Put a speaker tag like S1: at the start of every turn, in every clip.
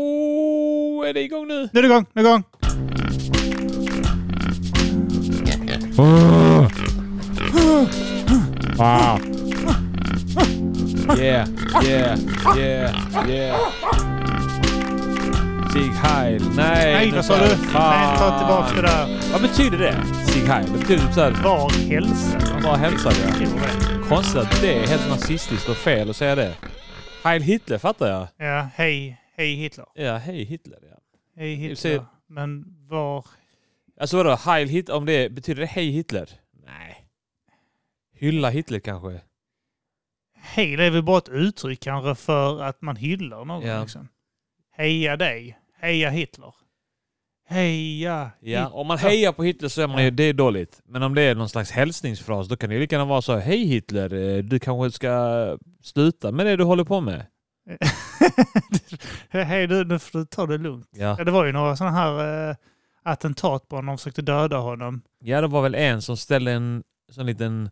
S1: Oh, är det igång nu?
S2: Nu är det igång, nu är det igång.
S1: Wow. Yeah, yeah, yeah, yeah. Sieg Heil. Nej,
S2: Nej,
S1: nu
S2: vad sa
S1: jag
S2: du? Nej, ta
S1: fan.
S2: tillbaks det där.
S1: Vad betyder det? Sieg Heil? Det betyder typ såhär...
S2: Var hälsa.
S1: Man bara hälsar ja.
S2: Jo, det.
S1: Konstigt att det är helt nazistiskt och fel att säga det. Heil Hitler fattar jag.
S2: Ja, hej, hej Hitler.
S1: Ja, hej Hitler ja.
S2: Hej Hitler.
S1: ser-
S2: Men var...
S1: Alltså vadå, Heil Hitler, om det betyder det hej Hitler? Nej. Hylla Hitler kanske?
S2: Hej, det är väl bara ett uttryck kanske för att man hyllar någon.
S1: Ja.
S2: Liksom. Heja dig. Heja Hitler. Heja
S1: Ja,
S2: Hitler.
S1: om man hejar på Hitler så är man ju, det är dåligt. Men om det är någon slags hälsningsfras, då kan det ju lika gärna vara så Hej Hitler, eh, du kanske ska sluta med det du håller på med.
S2: Hej du, nu får du ta det lugnt.
S1: Ja,
S2: Ja, det var ju några sådana här eh, attentat på honom. De försökte döda honom.
S1: ja det var väl en som ställde en sån liten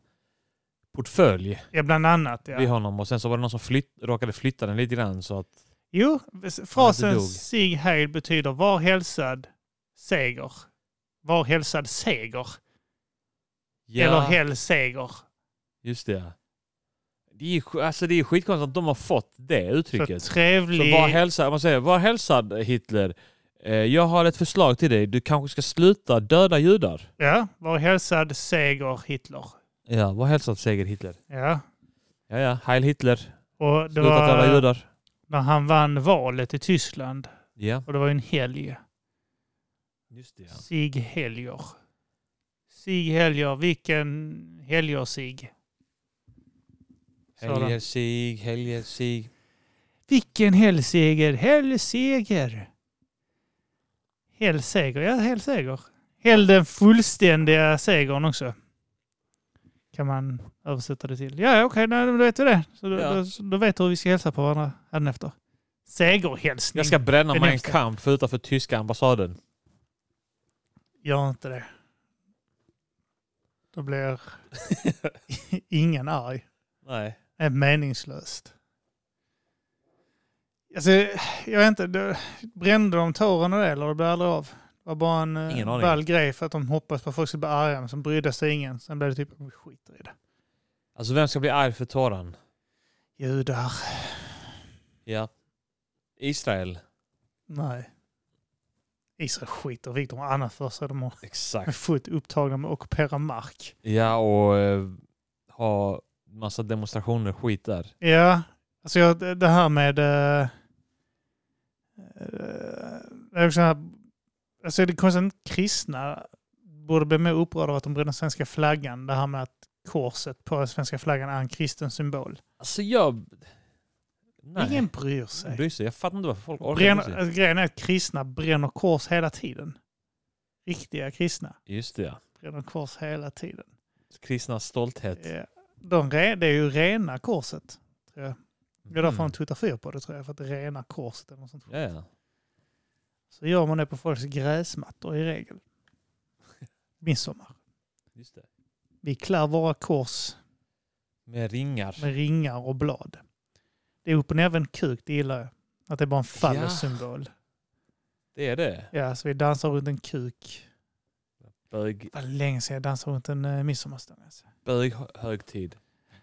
S1: portfölj
S2: Ja, bland annat. Ja.
S1: vid honom och sen så var det någon som flytt, råkade flytta den lite grann så att...
S2: Jo,
S1: Han
S2: frasen
S1: inte dog.
S2: Sig Heil betyder var hälsad seger. Var hälsad seger. Eller
S1: Ja,
S2: häll seger.
S1: just det. ja. Det är, ju sk- alltså det är ju skitkonstigt att de har fått det
S2: Så
S1: uttrycket. Så
S2: trevlig.
S1: var hälsad, man säger, var hälsad Hitler. Eh, Jag har ett förslag till dig. Du kanske ska sluta döda judar.
S2: ja, var hälsad seger Hitler.
S1: Ja, var hälsad seger Hitler.
S2: Ja.
S1: Ja, ja. Heil Hitler.
S2: Och det
S1: Sluta döda
S2: var
S1: judar.
S2: när han vann valet i Tyskland.
S1: Ja,
S2: Och det var ju en helg.
S1: just det.
S2: Sig helger. Sig helger. Vilken helger Sig? Sa de.
S1: Helger sig, helger sig.
S2: Vilken helseger! Helseger! Helseger, ja helseger. Häll den fullständiga segern också. Kan man översätta det till. Ja, ja, okej, nej, men då vet vi det. Så då,
S1: Ja.
S2: då, då vet du hur vi ska hälsa på varandra efter. Segerhälsning.
S1: Jag ska bränna
S2: Den
S1: Mein
S2: nästa.
S1: Kampf för utanför tyska ambassaden.
S2: Gör inte det. Då blir ingen arg.
S1: Nej.
S2: är meningslöst. Alltså, jag vet inte, det, brände de tåren och det eller det blev aldrig av? Det var bara en eh,
S1: Ingen aning.
S2: ball grej för att de hoppades på att folk skulle bli arga, men sen brydde sig ingen. Sen blev det typ, vi skiter i det.
S1: Alltså vem ska bli arg för tåran?
S2: Judar.
S1: Ja. Israel.
S2: Nej. Israel skiter vikt, de har annat för sig. De har är
S1: Exakt.
S2: fullt upptagna med att ockupera mark.
S1: Ja, och eh, ha massa demonstrationer och skit där.
S2: Ja, alltså jag, det det här med... eh, eh, det är också så här, alltså det är konstigt att kristna borde bli mer upprörda av att de bränner svenska flaggan. Det här med att korset på den svenska flaggan är en kristen symbol.
S1: Alltså jag... Nej.
S2: Ingen bryr
S1: Ingen
S2: sig.
S1: bryr sig. Jag fattar inte varför folk orkar
S2: Bränner,
S1: bry sig.
S2: alltså grejen är att kristna bränner kors hela tiden. Riktiga kristna
S1: Just det, ja.
S2: bränner kors hela tiden.
S1: Kristnas stolthet.
S2: Ja. De, re- det är ju rena korset. Tror jag. Det är därför
S1: Mm.
S2: de tuttar fyr på det tror jag, för att det renar korset. Eller något sånt.
S1: Ja, ja.
S2: Så gör man det på folks gräsmattor i regel. Midsommar.
S1: Just det.
S2: Vi klär våra kors
S1: Med ringar.
S2: med ringar och blad. Det är upp och nervänd kuk, det gillar jag. Att det är bara en fallossymbol.
S1: Det är det.
S2: Ja. så vi dansar runt en kuk.
S1: Bög,
S2: Vad länge sedan jag dansade runt en eh, midsommarstång. Alltså.
S1: böghögtid.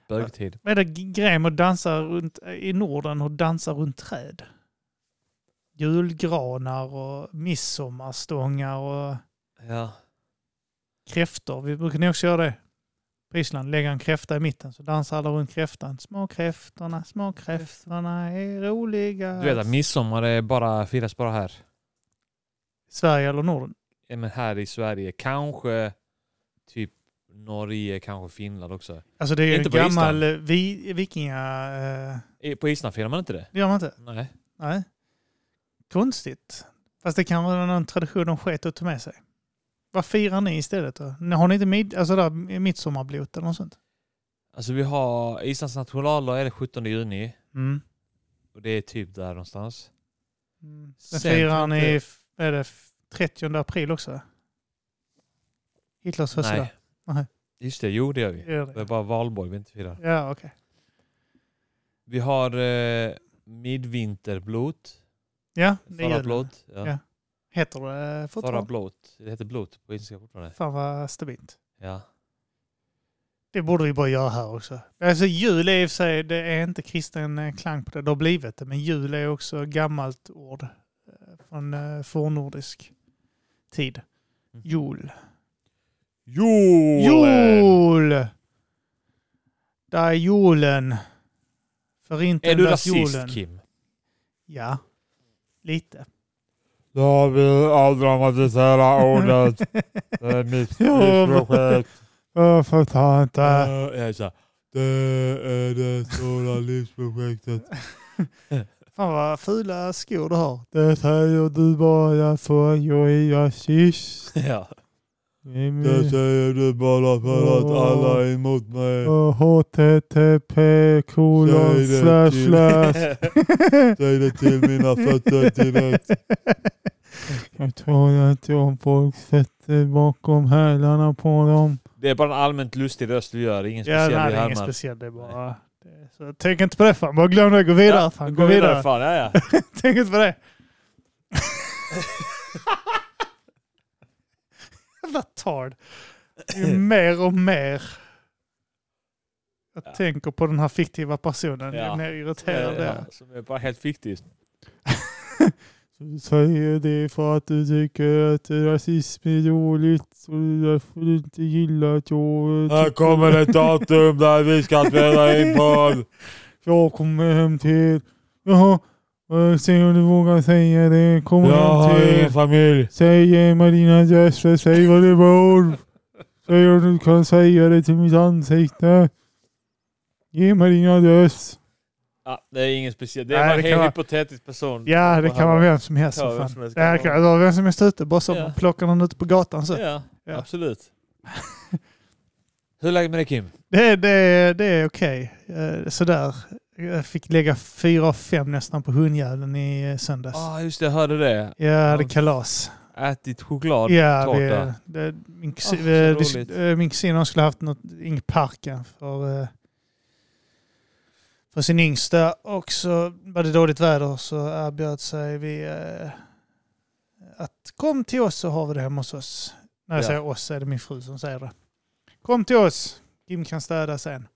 S1: Bögtid.
S2: Vad är det g- grejen med att dansa runt, eh, i Norden och dansa runt träd? Julgranar och midsommarstångar och
S1: Ja.
S2: kräftor. Vi brukar nog också göra det på Island. Lägga en kräfta i mitten så dansar alla runt kräftan. Små kräftorna, små kräftorna är roliga.
S1: Du vet att midsommar är bara, firas bara här.
S2: Sverige eller Norden?
S1: Ja, Men här i Sverige. Kanske typ Norge, kanske Finland också.
S2: Alltså det är ju
S1: Inte
S2: en
S1: på
S2: gammal eh, vi, vikinga... eh,
S1: I- På Island firar man inte det?
S2: Det gör man inte.
S1: Nej.
S2: Nej. Konstigt. Fast det kan vara någon tradition de sket och tog med sig. Vad firar ni istället då? Ni- Har ni inte mid, alltså där, midsommarblot eller något sånt?
S1: Alltså vi har, Islands nationaldag är det 17 juni.
S2: Mm.
S1: Och det är typ där någonstans.
S2: Mm. Sen
S1: Sen
S2: firar
S1: kan
S2: ni,
S1: inte-
S2: f- vad är det, f- 30 april också? Hitlers födelsedag? Nej.
S1: Just det, jo det gör vi.
S2: Gör det.
S1: Det är bara valborg vi inte firar.
S2: Ja, okej.
S1: Vi har eh, midvinterblot.
S2: Ja, det är
S1: Farah
S2: jul.
S1: Blot. Ja.
S2: Ja, Heter det
S1: Farah
S2: fortfarande?
S1: Blot. Det heter Blot på engelska fortfarande.
S2: Fan vad stabilt.
S1: Ja.
S2: Det borde vi bara göra här också. Alltså jul är i och för sig, det är inte kristen eh, klang på det. Det har blivit det. Men jul är också gammalt ord eh, från eh, fornnordisk tid.
S1: Mm.
S2: Jul.
S1: Julen!
S2: Jul! Där är julen.
S1: Är du
S2: Förintelsedags
S1: rasist
S2: julen.
S1: Kim?
S2: Ja, lite.
S1: Jag vill avdramatisera ordet. eh, Det är mitt projekt.
S2: Varför ta inte...
S1: Jag är så här, Det är det stora livsprojektet.
S2: Fan vad fula skor du har. Det säger du bara för jag är rasist.
S1: Ja.
S2: Det
S1: säger du bara
S2: för att alla
S1: är emot mig.
S2: HTTP kolon slash slash.
S1: Säg det till mina fötter direkt.
S2: Jag tror inte om folk sätter bakom hälarna på dem.
S1: Det är bara en allmänt lustig röst du gör. Ingen
S2: Ja,
S1: speciell
S2: nej,
S1: vi
S2: det är inget
S1: härmar.
S2: speciellt. Det är bara... det är- Så tänk inte på det fan. Bara glöm det. Gå vidare
S1: Ja,
S2: fan.
S1: vi
S2: Gå,
S1: går
S2: vidare.
S1: fan. Ja, ja.
S2: Tänk inte på det. Jävla tard. Ju mer och mer jag
S1: Ja.
S2: tänker på den här fiktiva personen,
S1: Ja.
S2: ju mer irriterad jag är.
S1: Ja, Som är bara helt fiktivt.
S2: Du säger det för att du tycker att rasism är dåligt och därför du inte gillar att jag...
S1: Här kommer ett datum där vi ska spela in podd.
S2: Jag kommer hem till... Jaha, eh, se om du vågar säga det. Kommer
S1: Jag
S2: hem
S1: har
S2: till...
S1: ingen familj.
S2: Säg eh, Marina Jösse, säg vad det var. Säg om du kan säga det till mitt ansikte. Ge Marina Jöss.
S1: Ja, det är ingen speciell. Det är
S2: Nej,
S1: bara
S2: det
S1: en
S2: kan
S1: helt
S2: vara-
S1: hypotetisk person.
S2: Ja, det
S1: Och
S2: kan
S1: han
S2: vara
S1: bara-
S2: vem som helst.
S1: Ja,
S2: för
S1: vem
S2: fan.
S1: som helst
S2: Det här
S1: kan
S2: kan vara vem som helst ute. Bara så
S1: Ja.
S2: man plockar någon ute på gatan så.
S1: Ja,
S2: Ja.
S1: absolut. Hur är läget med dig Kim?
S2: Det, det, det är okej. Okay. Sådär. Jag fick lägga fyra av fem nästan på hundjäveln i eh, söndags.
S1: Ja, Ah, just det. Jag hörde det.
S2: Jag hade kalas.
S1: Ätit choklad.
S2: Ja, vi,
S1: tårta.
S2: det, min, kusin,
S1: Ah, så
S2: vi, dis-
S1: roligt.
S2: eh, min kusin hon skulle haft något i parken för, eh, för sin yngsta och så var det dåligt väder så erbjöd sig vi eh, att kom till oss så har vi det hemma hos oss. När jag
S1: Ja.
S2: säger oss så är det min fru som säger det. Kom till oss, Kim kan städa sen.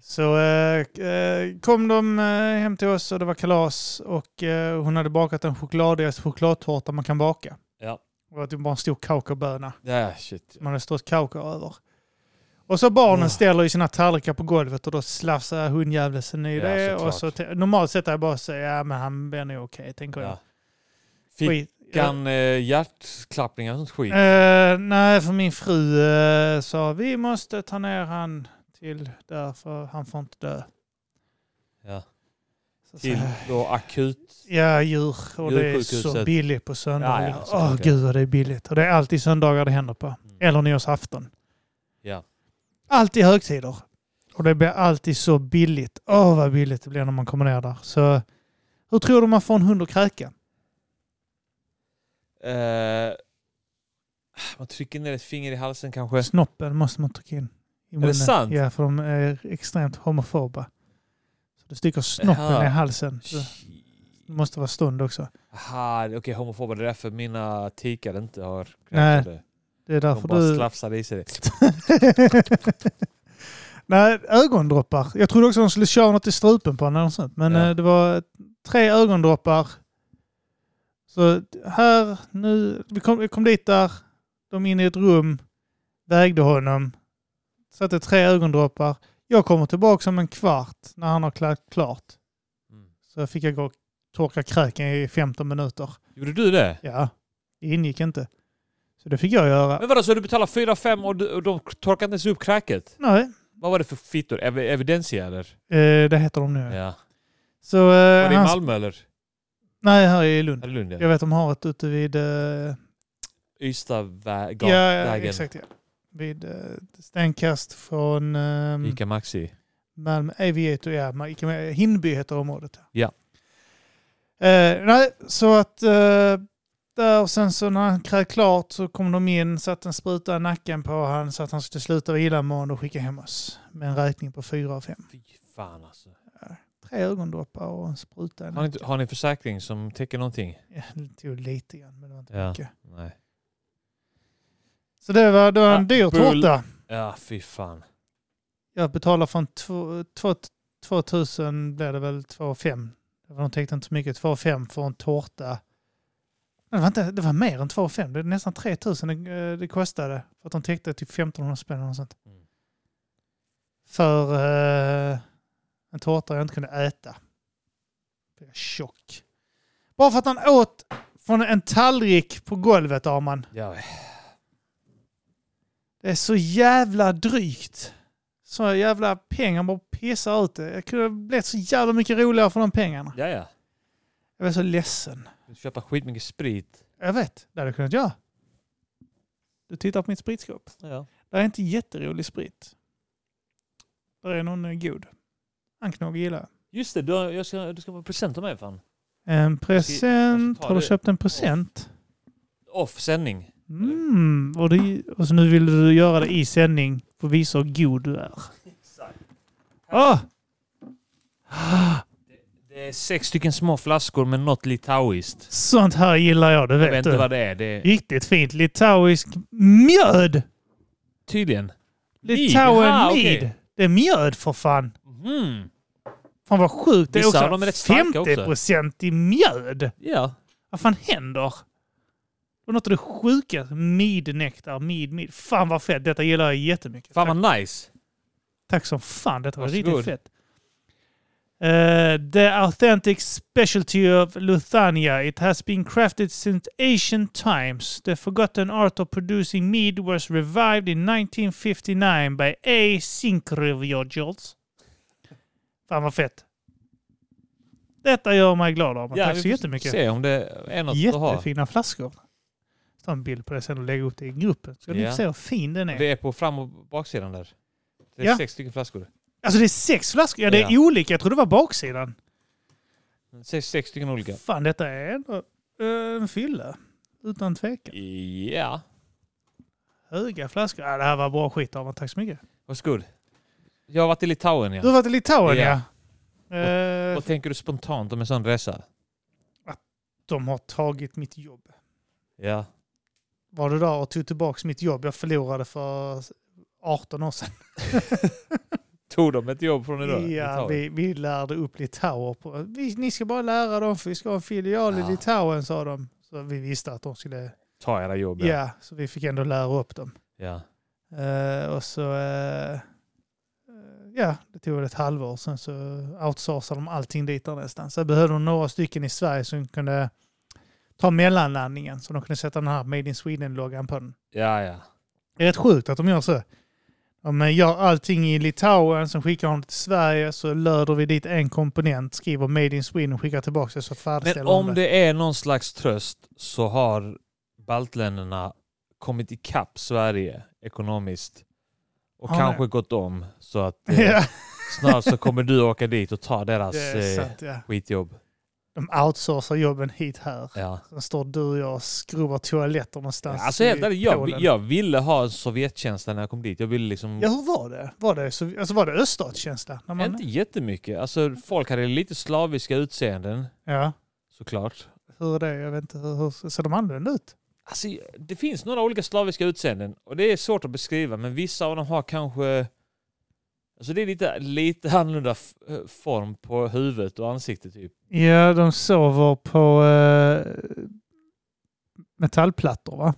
S2: Så eh, eh, kom de eh, hem till oss och det var kalas och eh, hon hade bakat en chokladig chokladtårta man kan baka.
S1: Ja.
S2: Det var typ bara en stor kakaoböna
S1: Ja, shit.
S2: som man hade stått kakao över. Och så barnen
S1: Ja.
S2: ställer ju sina tallrikar på golvet och då slafsar hundjävlen sig i
S1: Ja,
S2: det.
S1: såklart.
S2: och så te- normalt sett hade jag bara säger ja men han blir nog okej tänker jag.
S1: Ja. Fick
S2: Skit-
S1: han eh, hjärtklappningar och sånt skit?
S2: Eh, nej, för min fru eh, sa vi måste ta ner han till där för han får inte dö.
S1: Ja.
S2: Så
S1: Till
S2: sa jag,
S1: då akut...
S2: Ja, djur. Och det är så
S1: Djursjukhuset.
S2: billigt på söndagar.
S1: Ja,
S2: Åh
S1: ja, såklart, ja.
S2: gud vad det är billigt. Och det är alltid söndagar det händer på.
S1: Mm.
S2: Eller nyårsafton.
S1: Ja.
S2: Alltid högtider. Och det blir alltid så billigt. Åh vad billigt det blir när man kommer ner där. Så hur tror du man får en hund att kräka?
S1: Eh, man trycker ner ett finger i halsen kanske.
S2: Snoppen måste man trycka in. I är
S1: sant?
S2: Ja, för de är extremt homofoba. Så du sticker snoppen
S1: Jaha.
S2: i halsen. Så
S1: Shit.
S2: det måste vara stund också.
S1: Aha, okej homofoba. Det är därför mina tikar inte har kräkt
S2: Nej,
S1: av det.
S2: Det är
S1: De
S2: därför
S1: bara
S2: du...
S1: slafsade i sig det.
S2: Nej, ögondroppar. Jag trodde också de skulle köra något i strupen på honom eller något sånt. Men
S1: Ja.
S2: eh, det var tre ögondroppar. Så här, nu, vi kom, vi kom dit där, de in i ett rum, vägde honom, satte tre ögondroppar. Jag kommer tillbaka om en kvart när han har klart klart.
S1: Mm.
S2: Så fick jag gå och torka kräken i 15 minuter.
S1: Gjorde du det?
S2: Ja, det ingick inte. Så det fick jag göra.
S1: Men vadå, så du betalar 4-5 och, du- och de torkar inte ens upp kräket?
S2: Nej,
S1: Vad var det för fittor? Ev evidensia eller?
S2: eh, det heter de nu.
S1: Ja.
S2: Så,
S1: Var
S2: eh,
S1: det i
S2: han-
S1: Malmö eller?
S2: Nej, här i Lund.
S1: Eller Lund?
S2: Jag
S1: Ja.
S2: vet de har ett ute vid... Eh,
S1: Ystadvägen.
S2: ja, exakt. Ja. Vid eh, stenkast från eh,
S1: Ica Maxi.
S2: Malmö Aviator. Ja, man- Ica- Hinnby heter området.
S1: Ja.
S2: Eh, nej, så att... Eh, där och sen så när han krävt klart så kom de in, satte en spruta i nacken på han så att han skulle sluta vara illamående och skicka hem oss. Med en räkning på fyra av fem.
S1: Fy fan alltså.
S2: tre ögondroppar och en spruta. i
S1: Har
S2: nacken.
S1: ni, har ni försäkring som täcker någonting?
S2: Ja, det tog lite grann, men det var inte
S1: Ja.
S2: mycket.
S1: Nej.
S2: Så det var, det var en
S1: Ah,
S2: dyr
S1: bull.
S2: tårta.
S1: Ja, fy fan.
S2: Jag betalar från två- två- 2000 blev det väl 2,5. De täckte inte så mycket. 2,5 för en tårta. Men Det var, inte, det var mer än 2,5. Det är nästan 3000 det, det kostade. För att de täckte typ 1500 spänn eller något sånt.
S1: Mm.
S2: För eh, en tårta jag inte kunde äta. För jag är tjock. Bara för att han åt från en tallrik på golvet, Arman.
S1: Ja,
S2: Det är så jävla drygt. Så jävla pengar bara pissar ut det. Jag kunde ha blivit så jävla mycket roligare för de pengarna.
S1: ja. ja.
S2: Jag var så ledsen.
S1: Du köper skitmycket sprit.
S2: Jag vet, det hade jag kunnat göra. Du tittar på mitt spritskåp.
S1: Ja.
S2: Det är inte jätterolig sprit. Det är någon eh, god. Anknåge gillar jag.
S1: Just det, du, har, jag ska, du ska få present av mig fan.
S2: En
S1: Jag
S2: present.
S1: ska alltså, ta
S2: Har du
S1: det.
S2: köpt en present?
S1: Off sändning.
S2: Mm. Och, det, och så nu vill du göra det i sändning för att visa hur god du är.
S1: Exakt.
S2: Ah!
S1: Det är sex stycken små flaskor med något litauiskt.
S2: Sånt här gillar jag, det
S1: Jag
S2: vet
S1: vet
S2: du.
S1: inte vad det är. Det är
S2: Riktigt fint. Litauisk mjöd!
S1: tydligen.
S2: Litauen
S1: Ah,
S2: mid.
S1: okej.
S2: Det är mjöd för fan.
S1: Mhm.
S2: Fan vad sjukt. Det är
S1: Vissa
S2: också
S1: av dem är rätt starka också.
S2: 50 i mjöd.
S1: Ja.
S2: Vad fan händer? Det var något av det sjukaste. Midnektar, mid, mid. Fan vad fett. Detta gillar jag jättemycket.
S1: Fan
S2: tack,
S1: vad nice.
S2: tack som fan. Detta var
S1: Varsågod.
S2: riktigt fett. Eh, the authentic specialty of Luthania. It has been crafted since ancient times. The forgotten art of producing mead was revived in 1959 by A. Sinkrovjodjols. Fan vad fett. Detta gör mig glad Arman. Tack
S1: vi
S2: så
S1: får
S2: jättemycket.
S1: Se om det är något att ha.
S2: Jättefina flaskor. Ta en bild på det sen och lägga upp det i gruppen. Ska ni
S1: Ja.
S2: få se hur fin den är?
S1: Det är på fram och baksidan där. Det är
S2: Ja.
S1: sex stycken flaskor.
S2: Alltså det är sex flaskor. Ja, det är
S1: Ja.
S2: olika. Jag tror det var baksidan.
S1: Sex, sex stycken olika.
S2: Fan, detta är ändå eh, en fylla. Utan tvekan.
S1: Ja.
S2: Höga flaskor. Ja, det här var bra skit Arman. Tack så mycket.
S1: Varsågod. Jag har varit i Litauen
S2: Du har
S1: ja.
S2: varit i Litauen ja.
S1: Ja.
S2: Eh,
S1: Vad tänker du spontant om en sån resa?
S2: de har tagit mitt jobb.
S1: Ja.
S2: Var du där och tog tillbaka mitt jobb jag förlorade för 18 år sedan?
S1: Tog de ett jobb från idag?
S2: Ja,
S1: Litauen?
S2: vi, vi lärde upp litauer. På, vi, ni ska bara lära dem för vi ska ha en filial
S1: Ja.
S2: i Litauen sa de. Så vi visste att de skulle...
S1: Ta era jobb.
S2: Ja, så vi fick ändå lära upp dem.
S1: ja.
S2: Eh, och så... eh, eh, ja, det tog väl ett halvår. Sen så outsourcade de allting dit där nästan. Sen behövde de några stycken i Sverige som kunde ta mellanlandningen. Så de kunde sätta den här Made in Sweden-loggan på den.
S1: Ja, ja.
S2: Det är rätt sjukt att de gör så. Om man gör allting i Litauen, sen skickar de till Sverige, så löder vi dit en komponent, skriver Made in Sweden och skickar tillbaka det så
S1: Men
S2: färdigställer de
S1: om det är någon slags tröst så har baltländerna kommit ikapp Sverige ekonomiskt. Och
S2: Har
S1: kanske gått om så att eh,
S2: Ja,
S1: snart så kommer du åka dit och ta deras
S2: det är
S1: eh,
S2: sant, ja.
S1: skitjobb.
S2: De outsourcar jobben hit här.
S1: Ja.
S2: Sen står du och jag och skruvar toaletter någonstans
S1: Alltså
S2: i
S1: helt ärligt, jag,
S2: Polen.
S1: jag ville ha en Sovjettjänsta när jag kom dit. Jag ville liksom...
S2: Ja, hur var det? Var det, så, alltså, var det öststatskänsla? När man,
S1: Inte jättemycket. Alltså folk hade lite slaviska utseenden,
S2: Ja,
S1: såklart.
S2: hur är det? Jag vet inte. Hur, hur ser de annorlunda ut?
S1: Alltså, det finns några olika slaviska utseenden och det är svårt att beskriva men vissa av dem har kanske... Alltså det är lite, lite annorlunda f- form på huvudet och ansiktet typ.
S2: Ja, de sover på eh, metallplattor va?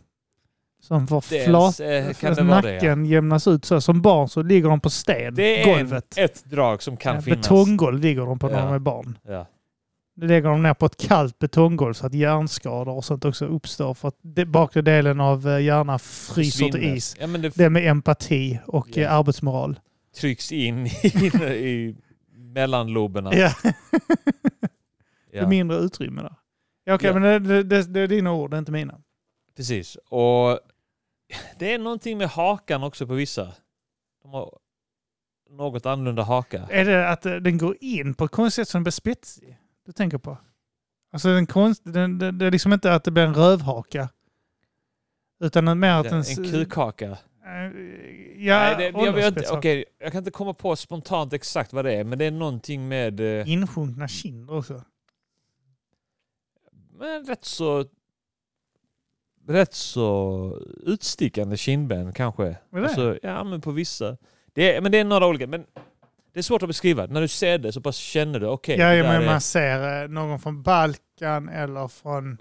S2: Som var flata.
S1: Dels, eh,
S2: Alltså,
S1: kan det vara det? Ja.
S2: nacken jämnas ut så. Som barn så ligger de på sten,
S1: Det är
S2: golvet.
S1: golvet. ett drag som kan
S2: Ja,
S1: finnas.
S2: Betonggolv ligger de på när
S1: Ja.
S2: de är barn.
S1: Ja.
S2: Det lägger de ner på ett kallt betonggolv så att hjärnskador och sånt också uppstår. För att de- bakre delen av eh, hjärnan fryser till
S1: Svinnet.
S2: is.
S1: Ja, men det
S2: Det är med empati och
S1: Ja.
S2: eh, arbetsmoral.
S1: trycks in i, i mellanloberna.
S2: Ja. Det är
S1: Ja,
S2: mindre utrymme där. Ja, Okej,
S1: Ja.
S2: men det, det, det är dina ord, det är inte mina.
S1: precis. Och det är någonting med hakan också på vissa. De har något annorlunda haka.
S2: Är det att eh, den går in på ett konstigt sätt som den blir spetsig? Du tänker på? Alltså den konst, den, den, det är liksom inte att det blir en rövhaka. Utan mer att den...
S1: En kukhaka.
S2: Eh, Ja,
S1: Nej, det, jag, vet,
S2: åldersspecial.
S1: inte- okej, jag kan inte komma på spontant exakt vad det är, men det är någonting med... eh,
S2: Insjunkna kinder också.
S1: Men rätt så... Rätt så utstickande kindben kanske.
S2: Vad är det?
S1: Alltså, ja, men på vissa. Det är, men det är några olika. Men det är svårt att beskriva. När du ser det så bara känner du, okej.
S2: ja,
S1: det
S2: jag
S1: där
S2: menar
S1: är-
S2: man ser eh, någon från Balkan eller från...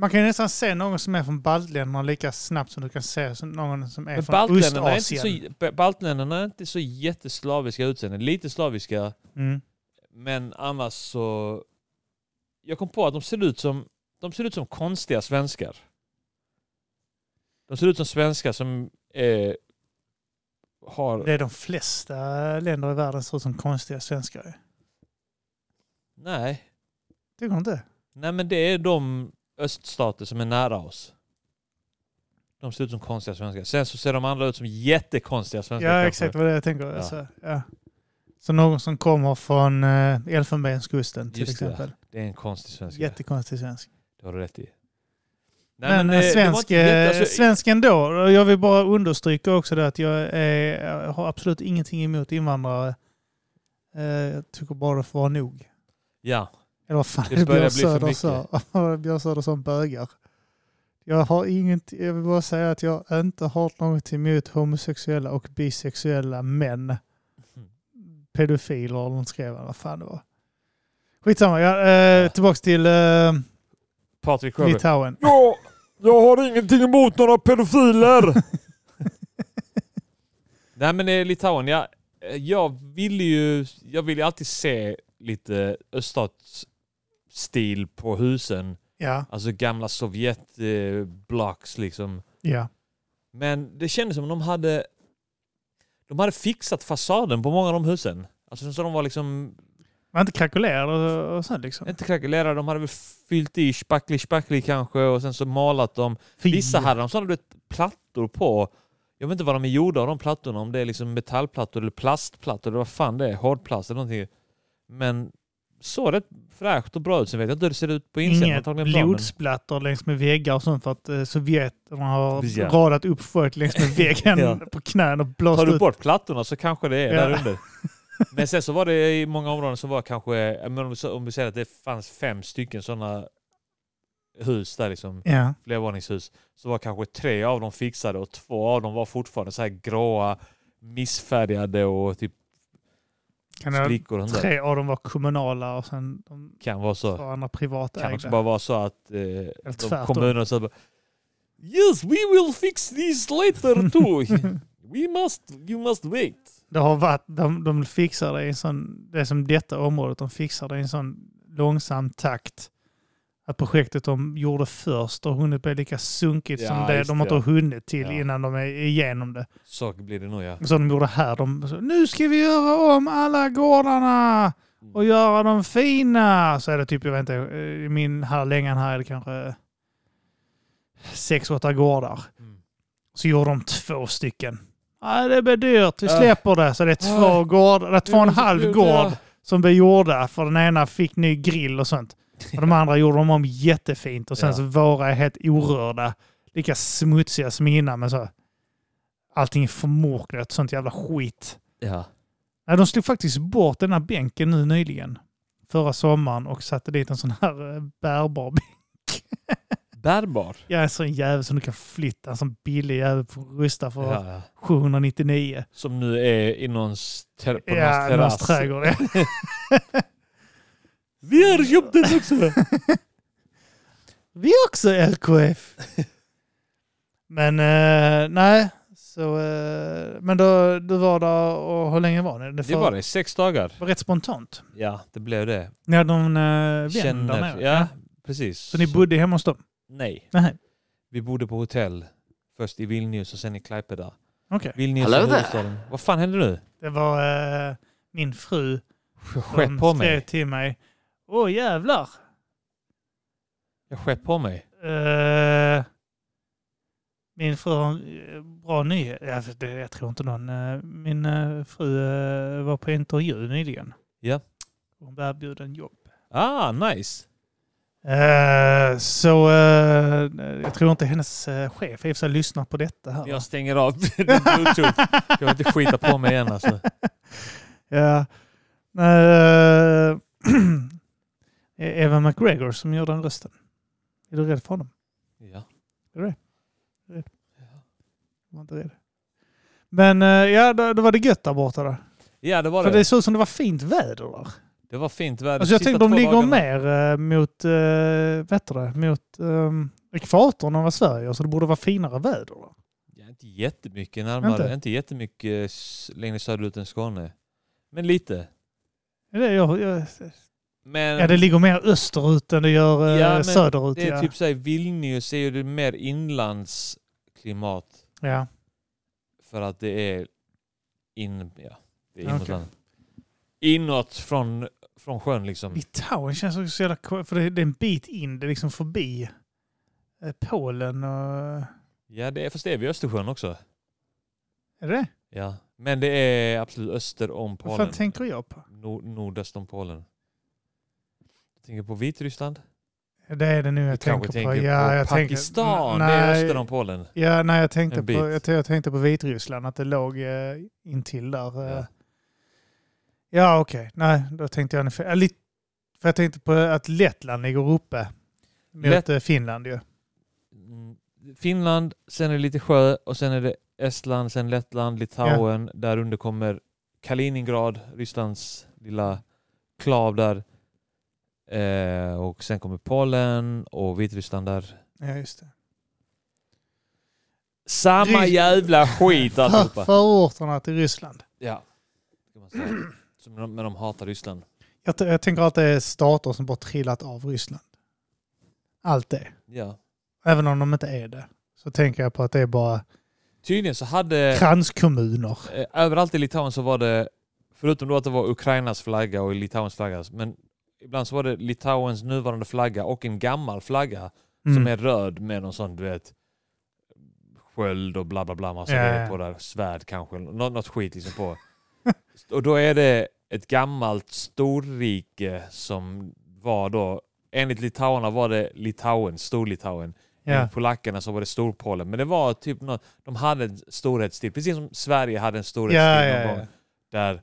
S2: Man kan ju nästan se någon som är från baltländerna lika snabbt som du kan se som- någon som är
S1: Men
S2: från
S1: baltländerna är, inte
S2: Östasien.
S1: så, ba- baltländerna är inte så jätteslaviska utseende. Lite slaviska,
S2: Mm.
S1: men annars så... Jag kom på att de ser ut som, de ser ut som konstiga svenskar. De ser ut som svenskar som eh, har...
S2: Det är de flesta länder i världen som ser ut som konstiga svenskar. ju.
S1: Nej.
S2: Tycker du inte?
S1: Nej, men det är de öststater som är nära oss. De ser ut som konstiga svenskar. Sen så ser de andra ut som jättekonstiga svenskar.
S2: Ja,
S1: kanske.
S2: exakt vad det är jag tänker.
S1: Ja.
S2: Alltså, ja. Så någon som kommer från eh, Elfenbenskusten till
S1: Just det.
S2: exempel.
S1: Det är en konstig svenska.
S2: Jättekonstig svensk.
S1: Det har du rätt i. Nej,
S2: Men,
S1: eh,
S2: eh,
S1: det var
S2: svensk,
S1: inte jätte-
S2: eh,
S1: alltså,
S2: svensk ändå. Och Jag vill bara understryka också det att jag, är, jag har absolut ingenting emot invandrare. Eh, Jag tycker bara det får vara nog.
S1: Ja,
S2: Eller vad fan
S1: Det
S2: det, det
S1: börjar
S2: Björn
S1: bli för
S2: Söder
S1: mycket.
S2: sa. Björn Söder sa om bögar. Jag har inget, jag vill bara säga att jag inte har något emot homosexuella och bisexuella män. Pedofiler eller något skrev han, vad fan det var. Skitsamma, jag, eh,
S1: Ja.
S2: tillbaks till eh,
S1: Patrik Sjöberg.
S2: Litauen.
S1: Ja, jag har ingenting emot några pedofiler. Nej men eh, Litauen, ja, eh, jag ville ju jag vill ju alltid se lite öststatsstil på husen.
S2: Ja,
S1: Alltså gamla Sovjet eh, blocks liksom.
S2: ja.
S1: Men det kändes som de hade de hade fixat fasaden på många av de husen. Alltså så de var liksom
S2: Man inte krackelerad och, och sånt liksom.
S1: Inte krackelerade, de hade väl fyllt i spacklig spacklig kanske och sen så malat dem. Vissa hade de sådana du vet, plattor på. Jag vet inte vad de är gjorda av de plattorna, om det är liksom metallplattor eller plastplattor eller vad fan det är, hårdplast eller någonting. Men såg rätt fräscht och bra ut. Sen vet jag inte hur det ser ut på insidan.
S2: Inga
S1: antagligen bra, men-
S2: blodsplattor längs med väggar och sånt för att eh, Sovjeterna har
S1: Ja.
S2: radat upp folk längs med väggen
S1: Ja.
S2: på knän och
S1: Tar
S2: blåst
S1: du
S2: ut.
S1: bort plattorna så kanske det är
S2: Ja.
S1: där under. Men sen så var det i många områden så var kanske, ja, men om vi sa- om vi säger att det fanns fem stycken sådana hus där liksom.
S2: Ja.
S1: flervåningshus så var kanske tre av dem fixade och två av dem var fortfarande så här gråa, missfärgade och typ
S2: Kan det,
S1: sprickor. Och sånt där.
S2: tre av dem var kommunala och sen de
S1: kan vara så.
S2: var andra
S1: Kan också
S2: privatägda.
S1: bara vara så att eh, de
S2: tvärtom.
S1: kommunerna så bara Yes, we will fix this later too. we must, you must wait.
S2: Det har varit, de, de fixar det i en sån, det är som detta området, de fixar det i en sån långsam takt. Att projektet de gjorde först har hunnit bli lika sunkigt
S1: Ja,
S2: som det
S1: just
S2: de
S1: det,
S2: inte har hunnit till
S1: Ja.
S2: innan de är igenom det.
S1: Så blir det nog ja.
S2: Så de gjorde här, de så, nu ska vi göra om alla gårdarna och göra dem fina. Så är det typ, jag vet inte, i min här längan här är det kanske sex, åtta gårdar.
S1: Mm.
S2: Så gjorde de två stycken. Nej, det blir dyrt. Vi
S1: Äh.
S2: släpper det. Så det är två
S1: Äh.
S2: gårdar, det är två och en halv gård
S1: Ja.
S2: som blev gjorda. För den ena fick ny grill och sånt. Och de andra gjorde de om jättefint. Och sen
S1: Ja.
S2: så våra är helt orörda. Lika smutsiga som innan. Men så allting är förmurknat. Sånt jävla skit.
S1: Ja.
S2: Nej, de slog faktiskt bort den här bänken nu nyligen. Förra sommaren och satte dit en sån här eh, bärbar bänk.
S1: Bärbar.
S2: Ja, en sån jävel som du kan flytta. En sån billig jävel på Rusta för
S1: Ja, ja.
S2: 799.
S1: Som nu är i någons, ter- på
S2: Ja,
S1: någons
S2: någons
S1: terrass.
S2: trädgård. ja.
S1: Vi har köpt den också!
S2: Vi är också LKF. men eh, nej, så, eh, men då, du var där och hur länge var ni?
S1: det var det, sex dagar.
S2: var rätt spontant.
S1: Ja, det blev det.
S2: Ni hade någon eh, vän där
S1: Känner,
S2: nere?
S1: ja, precis.
S2: Så ni bodde hemma hos dem?
S1: Nej,
S2: Nej,
S1: vi bodde på hotell. Först i Vilnius och sen i Klaipeda.
S2: okej.
S1: Vilnius
S3: Hello
S1: är
S3: there.
S1: huvudstaden. Vad fan hände nu?
S2: Det var eh, min fru
S1: Skepp på
S2: skrev
S1: mig.
S2: till mig. Åh jävlar.
S1: Jag skepp på mig.
S2: Eh, min fru har en eh, bra nyhet. Ja, för det- Jag tror inte någon. eh, Min eh, fru eh, var på intervju nyligen.
S1: Ja.
S2: Hon blev erbjuden jobb.
S1: Ah, nice.
S2: Eh, Eh, så eh, jag tror inte hennes eh, chef i och för sig lyssnar på detta här.
S1: Jag stänger av din bluetooth. Jag vill inte skita på mig igen alltså.
S2: Ja. Eh, Eva McGregor som gör den rösten. Är du rädd för honom?
S1: Ja.
S2: Var inte rädd. Men eh, ja, då, då var det gött där borta då.
S1: ja, det var
S2: För
S1: det.
S2: det såg ut som det var fint väder där.
S1: Det var fint väder.
S2: Alltså jag
S1: Sista
S2: tänkte de
S1: två
S2: ligger
S1: dagarna.
S2: mer eh, mot, eh, vad heter det, mot um, ekvatorn än vad Sverige gör, så det borde vara finare väder. Då.
S1: Ja, inte jättemycket närmare.
S2: Inte?
S1: Inte, jättemycket eh, s- längre söderut än Skåne. Men lite.
S2: Är Det, jag, jag,
S1: Men
S2: ja, det ligger mer österut än det gör eh,
S1: Ehm. Ja, men
S2: söderut.
S1: det är
S2: ja.
S1: typ såhär, Vilnius är ju det mer inlandsklimat.
S2: ja.
S1: För att det är in... Ja, det är inåt
S2: Okej.
S1: landet. Inåt från, från sjön liksom.
S2: Litauen känns också så jävla ko- för det, det är en bit in, det är liksom förbi eh, Polen och...
S1: Ja, det är, fast det är vid Östersjön också.
S2: Är det
S1: Ja. Men det är absolut öster om
S2: Vad
S1: Polen.
S2: fan tänker jag på?
S1: Nor- nordöst om Polen. Jag tänker på Vitryssland.
S2: Det är det nu jag tänker
S1: Kanske
S2: på.
S1: tänker
S2: ja,
S1: på
S2: jag tänker-
S1: Pakistan. det är
S2: Nej.
S1: öster om Polen.
S2: Ja, nej, jag tänkte,
S1: En
S2: på,
S1: bit.
S2: jag, t- jag tänkte på Vitryssland, att det låg eh, intill där. eh.
S1: Ja.
S2: Ja, okej. Nej, då tänkte jag... ungefär- ja, lit- För jag tänkte på att Lettland ligger uppe mot
S1: Lätt-
S2: eh, Finland ju.
S1: Mm, Finland, sen är det lite sjö och sen är det Estland, sen Lettland, Litauen. Där under kommer Kaliningrad, Rysslands lilla klav där. Eh, och sen kommer Polen och Vitryssland där.
S2: Ja, just det.
S1: Samma
S2: Rys-
S1: jävla skit
S2: För,
S1: alltihopa.
S2: förorterna till Ryssland.
S1: Ja. Kan man säga. Som de, men de hatar Ryssland.
S2: Jag, t- jag tänker att det är stater som bara trillat av Ryssland. Allt det.
S1: Ja.
S2: Även om de inte är det. Så tänker jag på att det är bara
S1: Tydligen så hade...
S2: kranskommuner.
S1: Eh, Överallt i Litauen så var det, förutom då att det var Ukrainas flagga och Litauens flagga, men ibland så var det Litauens nuvarande flagga och en gammal flagga
S2: Mm.
S1: som är röd med någon sån, du vet, sköld och bla bla bla massa
S2: Ja,
S1: grejer
S2: ja.
S1: på där, svärd kanske, eller nå- något skit liksom på. och då är det ett gammalt storrike som var då, enligt litauerna var det Litauen, Storlitauen.
S2: ja.
S1: Enligt Eh, polackerna så var det Storpolen. Men det var typ något, de hade en storhetstid, precis som Sverige hade en storhetstid
S2: Ja,
S1: någon
S2: ja, ja.
S1: gång, där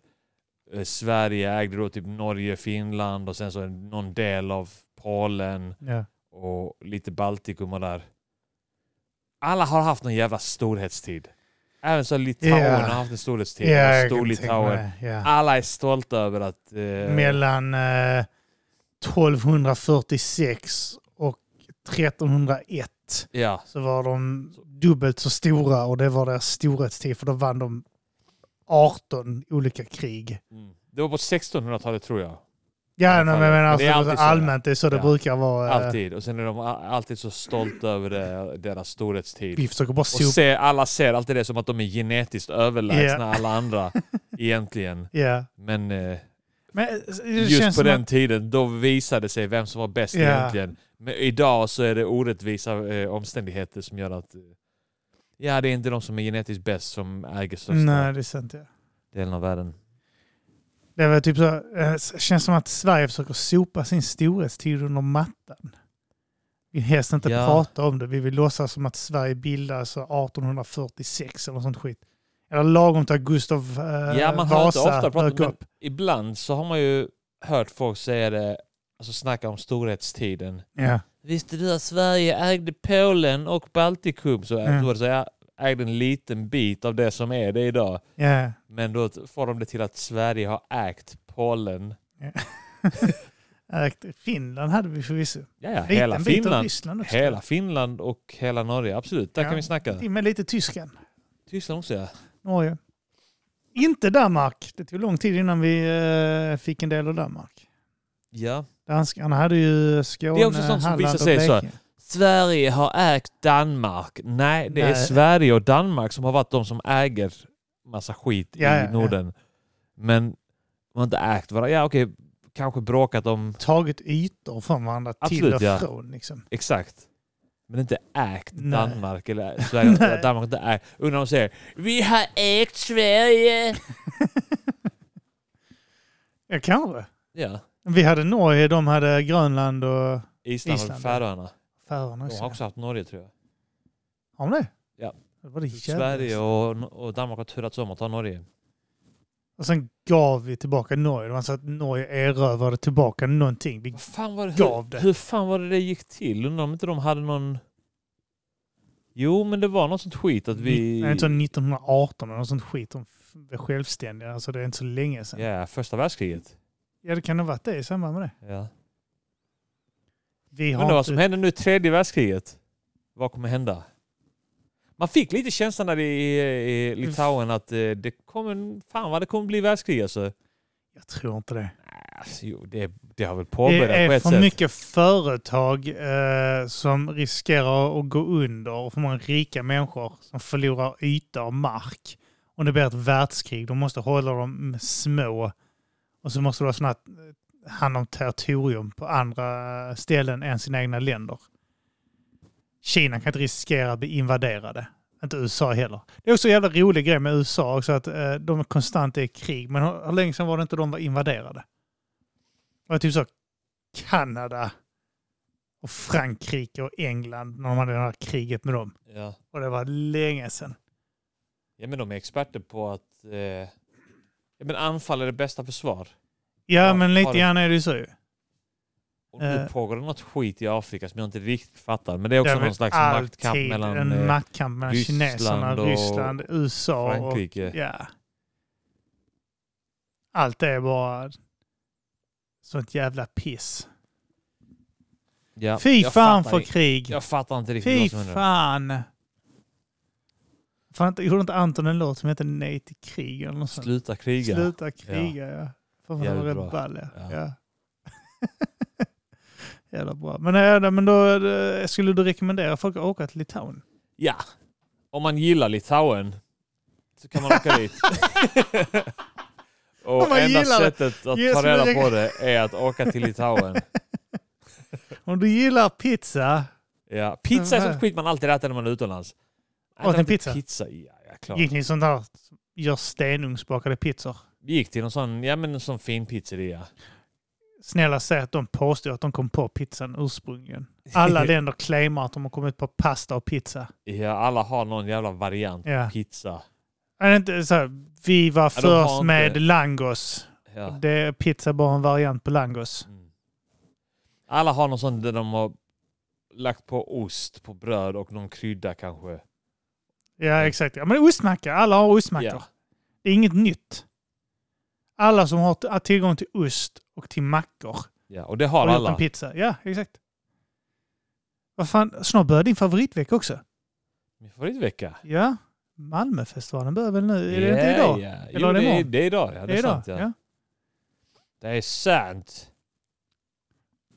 S1: eh, Sverige ägde då typ Norge, Finland och sen så en- någon del av Polen
S2: ja.
S1: och lite Baltikum och där. Alla har haft någon jävla storhetstid. Även så Litauen
S2: Ja.
S1: har haft en storhetstid.
S2: Ja, jag kan tänka
S1: Storlitauen.
S2: mig, ja.
S1: Alla är stolta över att... Eh,
S2: mellan eh, 1246 och 1301
S1: ja,
S2: så var de dubbelt så stora och det var deras storhetstid för då vann de 18 olika krig.
S1: mm. Det var på 1600-talet tror jag.
S2: Ja,
S1: alla
S2: nej,
S1: fall.
S2: men, men
S1: Men
S2: alltså,
S1: det är alltid så,
S2: allmänt det är så det
S1: ja.
S2: brukar vara. eh,
S1: Alltid. Och sen är de a- alltid så stolta över det, deras storhetstid.
S2: Vi försöker bara
S1: Och
S2: sopa.
S1: se, alla ser alltid det som att de är genetiskt överlägsna
S2: Ja.
S1: alla andra egentligen.
S2: Ja.
S1: Men eh,
S2: Men eh, det känns
S1: just på
S2: som
S1: den
S2: att,
S1: tiden då visade sig vem som var bäst
S2: Ja.
S1: egentligen. Men idag så är det orättvisa eh, omständigheter som gör att eh, ja, det är inte de som är genetiskt bäst som äger största
S2: Nej, det är sant. Ja.
S1: delen av världen.
S2: Det var typ så, eh, s- känns som att Sverige försöker sopa sin storhetstid under mattan. Vi vill helst inte
S1: Ja.
S2: prata om det. Vi vill låtsas som att Sverige bildades så 1846 eller något sånt skit. Eller lagom till att Gustav eh,
S1: Ja, man hör inte
S2: Vasa
S1: ofta
S2: dök
S1: prata, men
S2: upp.
S1: ibland så har man ju hört folk säga det, alltså snacka om storhetstiden.
S2: Ja.
S1: Visste du att Sverige ägde Polen och Baltikum? Så
S2: Mm.
S1: då var det så jag ägde en liten bit av det som är det idag.
S2: Ja.
S1: Men då får de det till att Sverige har ägt Polen.
S2: Ägt- Finland hade vi förvisso.
S1: Ja, ja,
S2: Liten
S1: hela
S2: bit av
S1: Finland.
S2: Ryssland också.
S1: Hela Finland och hela Norge, absolut. Där
S2: Ja.
S1: kan vi snacka.
S2: Till och Med lite Tyskland,
S1: Tyskland också ja.
S2: Norge. Inte Danmark. Det tog lång tid innan vi eh, fick en del av Danmark.
S1: ja.
S2: Danskarna hade ju Skåne,
S1: Det är också sånt som
S2: Halland
S1: vissa
S2: och
S1: säger så här.
S2: Blekinge.
S1: Sverige har ägt Danmark. Nej, det är
S2: Nej.
S1: Sverige och Danmark som har varit de som äger massa skit
S2: Ja, ja,
S1: i
S2: ja.
S1: Norden. Men man har inte ägt varandra. Ja, okej, kanske bråkat om
S2: tagit ytor från varandra till
S1: Absolut,
S2: och
S1: ja.
S2: från. Liksom.
S1: Exakt. Men inte ägt
S2: Nej.
S1: Danmark eller Sverige.
S2: Nej.
S1: Danmark inte ägt. Undrar om de säger Vi har ägt Sverige.
S2: Ja, kanske.
S1: Ja.
S2: Vi hade Norge, de hade Grönland och...
S1: Island,
S2: Island, ja.
S1: och Färöarna.
S2: Färöarna
S1: De har
S2: också.
S1: också haft Norge tror jag.
S2: Har de det?
S1: Ja.
S2: Det var det
S1: Sverige
S2: jävligt.
S1: och, och Danmark har turats om att ta Norge.
S2: Och sen gav vi tillbaka Norge. Det var så att Norge erövrade tillbaka någonting. Vi
S1: Vad fan var det,
S2: gav
S1: hur,
S2: det.
S1: hur fan var det det gick till? Undrar om inte de hade någon... Jo, men det var något sånt skit att vi...
S2: Mm. Nej, inte 1918 eller något sånt skit. De f- blev självständiga. Alltså det är inte så länge sedan.
S1: Ja, första världskriget.
S2: Ja, det kan ha varit det i samband med det.
S1: Ja.
S2: Vi har
S1: Undrar vad
S2: inte-
S1: som händer nu i tredje världskriget. Vad kommer hända? Man fick lite känslan där i, i Litauen att eh, det kommer... Fan vad det kommer bli världskrig alltså.
S2: Jag tror inte det.
S1: alltså jo, det, det har väl
S2: Det
S1: påbörjat på
S2: är
S1: ett
S2: för
S1: sätt.
S2: mycket företag eh, som riskerar att gå under och för många rika människor som förlorar yta och mark. Och det blir ett världskrig. De måste hålla dem små. Och så måste de ha såna här, eh, hand om territorium på andra ställen än sina egna länder. Kina kan inte riskera att bli invaderade. Inte USA heller. Det är också en jävla rolig grej med USA också att eh, de är konstant i krig. Men hur, hur länge sedan var det inte de var invaderade? Det var typ så Kanada och Frankrike och England när de hade det här kriget med dem.
S1: Ja.
S2: Och det var länge sedan.
S1: ja, men de är experter på att... Eh, ja, men anfall är det bästa försvar.
S2: Ja,
S1: Ja,
S2: men
S1: har
S2: lite
S1: det-
S2: grann är det ju så ju.
S1: Och nu
S2: Eh.
S1: pågår det något skit i Afrika som jag inte riktigt fattar. Men det är
S2: Det
S1: också
S2: är väl
S1: någon slags
S2: alltid
S1: maktkamp mellan
S2: en
S1: eh,
S2: maktkamp mellan
S1: Ryssland
S2: kineserna,
S1: och
S2: Ryssland, USA och...
S1: Frankrike.
S2: Ja. Allt är bara sånt jävla piss.
S1: Ja,
S2: Fy
S1: jag
S2: fan
S1: fattar
S2: för
S1: i-
S2: krig!
S1: Jag fattar inte riktigt
S2: Fy
S1: vad som händer.
S2: fan! fan! inte- Gjorde inte Anton en låt som hette Nej till krig eller något sånt?
S1: Sluta kriga.
S2: Sluta kriga, ja. Fan vad det var
S1: Jävligt
S2: rätt
S1: bra.
S2: ball, ja.
S1: Ja.
S2: ja. Jävla bra. Men, äh, nej, nej, men då eh, skulle du rekommendera folk att åka till Litauen?
S1: Ja. Om man gillar Litauen så kan man åka dit.
S2: Om
S1: Och
S2: man
S1: enda
S2: gillar det.
S1: sättet att
S2: Ge
S1: ta
S2: som en
S1: reda
S2: rek-
S1: på det är att åka till Litauen.
S2: Om du gillar pizza,
S1: Ja. Pizza är
S2: Mhm.
S1: sånt skit man alltid äter när man är utomlands.
S2: Åt
S1: Äter
S2: en
S1: inte
S2: pizza?
S1: pizza? Ja, ja, klart.
S2: gick ni sånt här gör stenugnsbakade pizzor?
S1: Vi gick till någon sån, ja, men en sån fin pizzeria.
S2: Snälla säg att de påstår att de kom på pizzan ursprungligen. Alla länder claimar att de har kommit på pasta och pizza.
S1: Ja, alla har någon jävla variant
S2: Ja.
S1: pizza.
S2: Är det inte så här, vi var
S1: Ja, de har
S2: först
S1: inte-
S2: med langos.
S1: Ja.
S2: Det är pizza bara en variant på langos.
S1: Mm. Alla har någon sån där de har lagt på ost på bröd och någon krydda kanske.
S2: Ja, exakt. Ja, men ostmacka. Alla har ostmackor.
S1: Ja.
S2: Det är inget nytt. Alla som har t- tillgång till ost och till mackor
S1: Ja, och det
S2: har
S1: har
S2: gjort en
S1: alla.
S2: pizza. Ja, exakt. Vad fan, snart börjar din favoritvecka också.
S1: Min favoritvecka.
S2: Ja, Malmöfestivalen börjar väl nu? Är det inte idag?
S1: Ja.
S2: Eller
S1: Jo,
S2: är det
S1: det, är,
S2: imorgon?
S1: det är idag. Ja, det är,
S2: idag?
S1: sant. Ja. Det är sant.